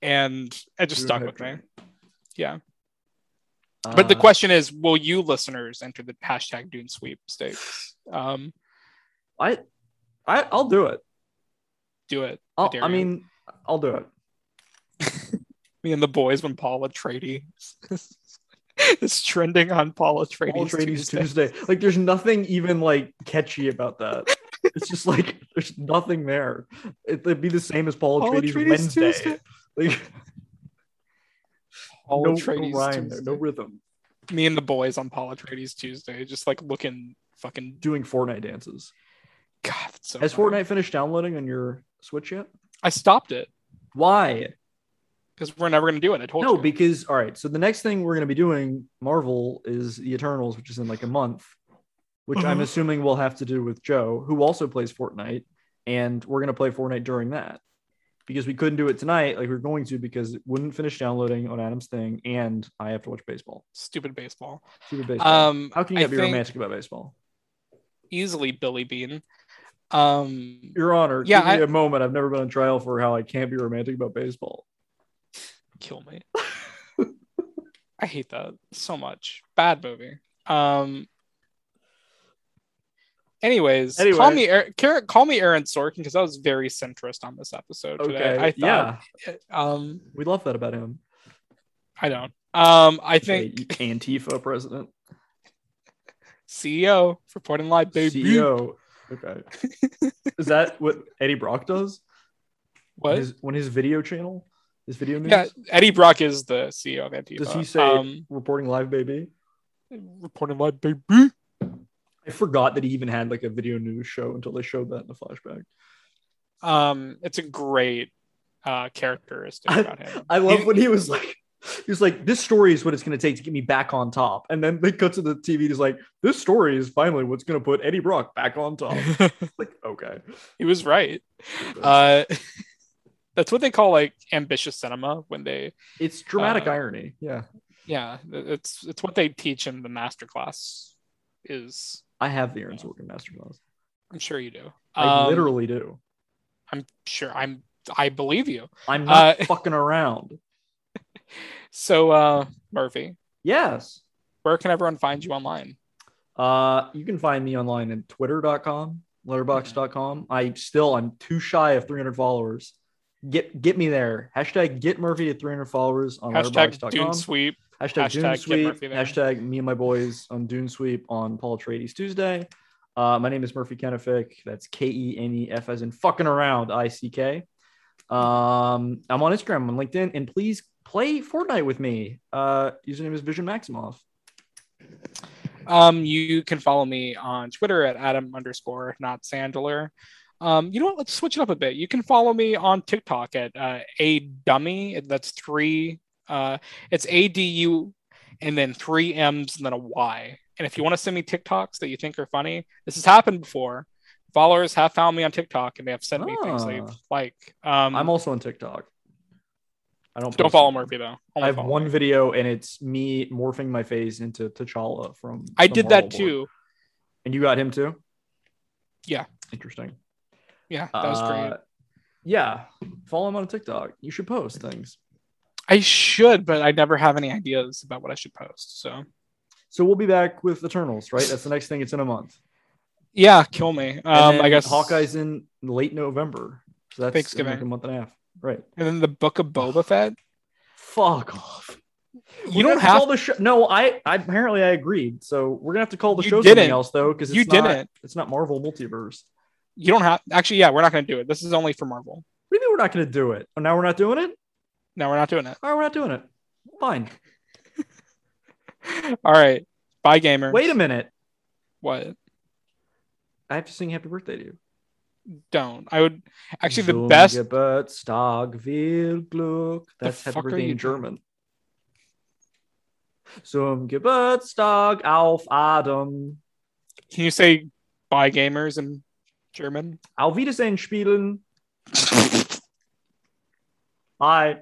F: and it just
G: Dune
F: stuck
G: hype
F: with me
G: train.
F: yeah but the
G: Uh,
F: question is will you listeners enter the hashtag dune sweepstakes um
G: I, I, I'll do it.
F: do it
G: I'll,
F: dare
G: Oh, I
F: you.
G: mean, I'll do it.
F: me and the boys when Paul Atreides is trending on Paul Atreides,
G: All Atreides
F: Tuesday.
G: Tuesday. Like, there's nothing even like catchy about that. it's just like there's nothing there. It, would be the same as Paul,
F: Paul
G: Atreides,
F: Atreides
G: Wednesday.
F: Tuesday.
G: Like,
F: Paul
G: no,
F: Atreides
G: no rhyme there,
F: Tuesday.
G: no rhythm.
F: Me and the boys on Paul Atreides Tuesday, just like looking fucking
G: Doing Fortnite dances.
F: God. That's so
G: Has
F: funny.
G: Fortnite finished downloading on your Switch yet?
F: I stopped it
G: Why?
F: because we're never gonna do it. I told
G: No,
F: you.
G: because all right. So the next thing we're going to be doing Marvel is the Eternals, which is in like a month, which I'm
F: Uh-huh.
G: assuming we'll have to do with Joe, who also plays Fortnite, and we're going to play Fortnite during that because we couldn't do it tonight, like we are going to, because it wouldn't finish downloading on Adam's thing, and I have to watch baseball.
F: Stupid baseball.
G: Stupid baseball.
F: Um,
G: How can
F: I
G: you not be
F: think
G: romantic about baseball?
F: Easily Billy Bean. Um,
G: Your Honor,
F: Yeah,
G: give me
F: I-
G: a moment. I've never been on trial for how I can't be romantic about baseball.
F: kill me. I hate that so much. Bad movie. Um, Anyways, call
G: Anyways.
F: me Aaron, Karen- call me Aaron Sorkin because I was very centrist on this episode today.
G: Okay.
F: I
G: yeah,
F: thought, um,
G: we love that about him.
F: I don't. Um, I think
G: Okay, you Antifa president,
F: CEO for Point and Live, baby.
G: CEO. Okay, is that what Eddie Brock does?
F: What?
G: His, on his video channel, his video news.
F: yeah, Eddie Brock is the CEO of Antifa.
G: Does he say
F: um,
G: reporting live, baby?
F: reporting live, baby?
G: I forgot that he even had like a video news show until they showed that in the flashback.
F: Um, it's a great uh characteristic about him.
G: I love
F: He-
G: when he was like, he was like, this story is what it's going to take to get me back on top. And then they cut to the TV. He's like, this story is finally what's going to put Eddie Brock back on top. like, okay.
F: he was right. Uh, that's what they call like ambitious cinema when they
G: It's dramatic
F: Uh,
G: irony. Yeah.
F: yeah it's it's what they teach in the master class is
G: I have the Aaron Sorkin masterclass.
F: i'm sure you do
G: I
F: Um,
G: literally do.
F: i'm sure i'm i believe you
G: I'm not
F: uh,
G: fucking around.
F: so uh murphy
G: Yes.
F: where can everyone find you online
G: Uh, you can find me online at twitter.com, letterbox.com.
F: Mm-hmm.
G: I still I'm too shy of 300 followers. Get get me there. Hashtag get Murphy to 300 followers on
F: hashtag dune
G: letterbox.com.
F: sweep
G: Hashtag,
F: Hashtag
G: Dune
F: get
G: Sweep.
F: Murphy there.
G: Hashtag me and my boys on Dune Sweep on Paul Trades Tuesday. Uh, my name is Murphy Kenefick. That's K E N E F as in fucking around, I C K. Um, I'm on Instagram, on LinkedIn, and please play Fortnite with me. Uh, username is Vision Maximov.
F: um you can follow me on twitter at adam underscore not sandler um, you know what? Let's switch it up a bit. You can follow me on TikTok at uh, a dummy. That's three. Uh, it's a d u, and then three m's and then a y. And if you want to send me TikToks that you think are funny, this has happened before. Followers have found me on TikTok and they have sent me things
G: Ah.
F: they've like. Um,
G: I'm also on TikTok. I don't
F: don't
G: post
F: follow
G: it.
F: Murphy though. Only
G: I have
F: follow
G: one
F: me.
G: video, and it's me morphing my face into T'Challa from.
F: I
G: from
F: did
G: Marvel
F: that
G: Boy.
F: too.
G: And you got him too.
F: Yeah.
G: Interesting.
F: Yeah, that was
G: Uh,
F: great.
G: Yeah, follow him on TikTok. You should post things.
F: I should, but I never have any ideas about what I should post. So
G: So we'll be back with Eternals, right? That's the next thing. It's in a month.
F: yeah, kill me.
G: And
F: Um,
G: then
F: I guess
G: Hawkeye's in late November, so that's in, like,
F: Thanksgiving.
G: a month and a half, right?
F: and then the Book of Boba Fett.
G: Fuck off.
F: You don't
G: call
F: have.
G: the show. No, I, I apparently I agreed. So we're gonna have to call the
F: You
G: show
F: didn't.
G: something else though, because
F: You didn't.
G: It's not Marvel Multiverse.
F: You don't have. Actually, yeah, we're not going to do it. This is only for Marvel.
G: What do you mean we're not gonna do it? Oh, now we're not doing it.
F: No, we're not doing it.
G: All right, we're not doing it. Fine.
F: All right. Bye, gamer.
G: Wait a minute.
F: What?
G: I have to sing Happy Birthday to you.
F: Don't. I would. Actually, the
G: Zum
F: best.
G: Geburt, Tag, Will, Glück. That's Happy
F: fuck are
G: Birthday
F: you
G: in
F: doing?
G: German. Zum Geburtstag auf Adam.
F: Can you say bye, gamers in German?
G: Auf Wiedersehen spielen. Bye.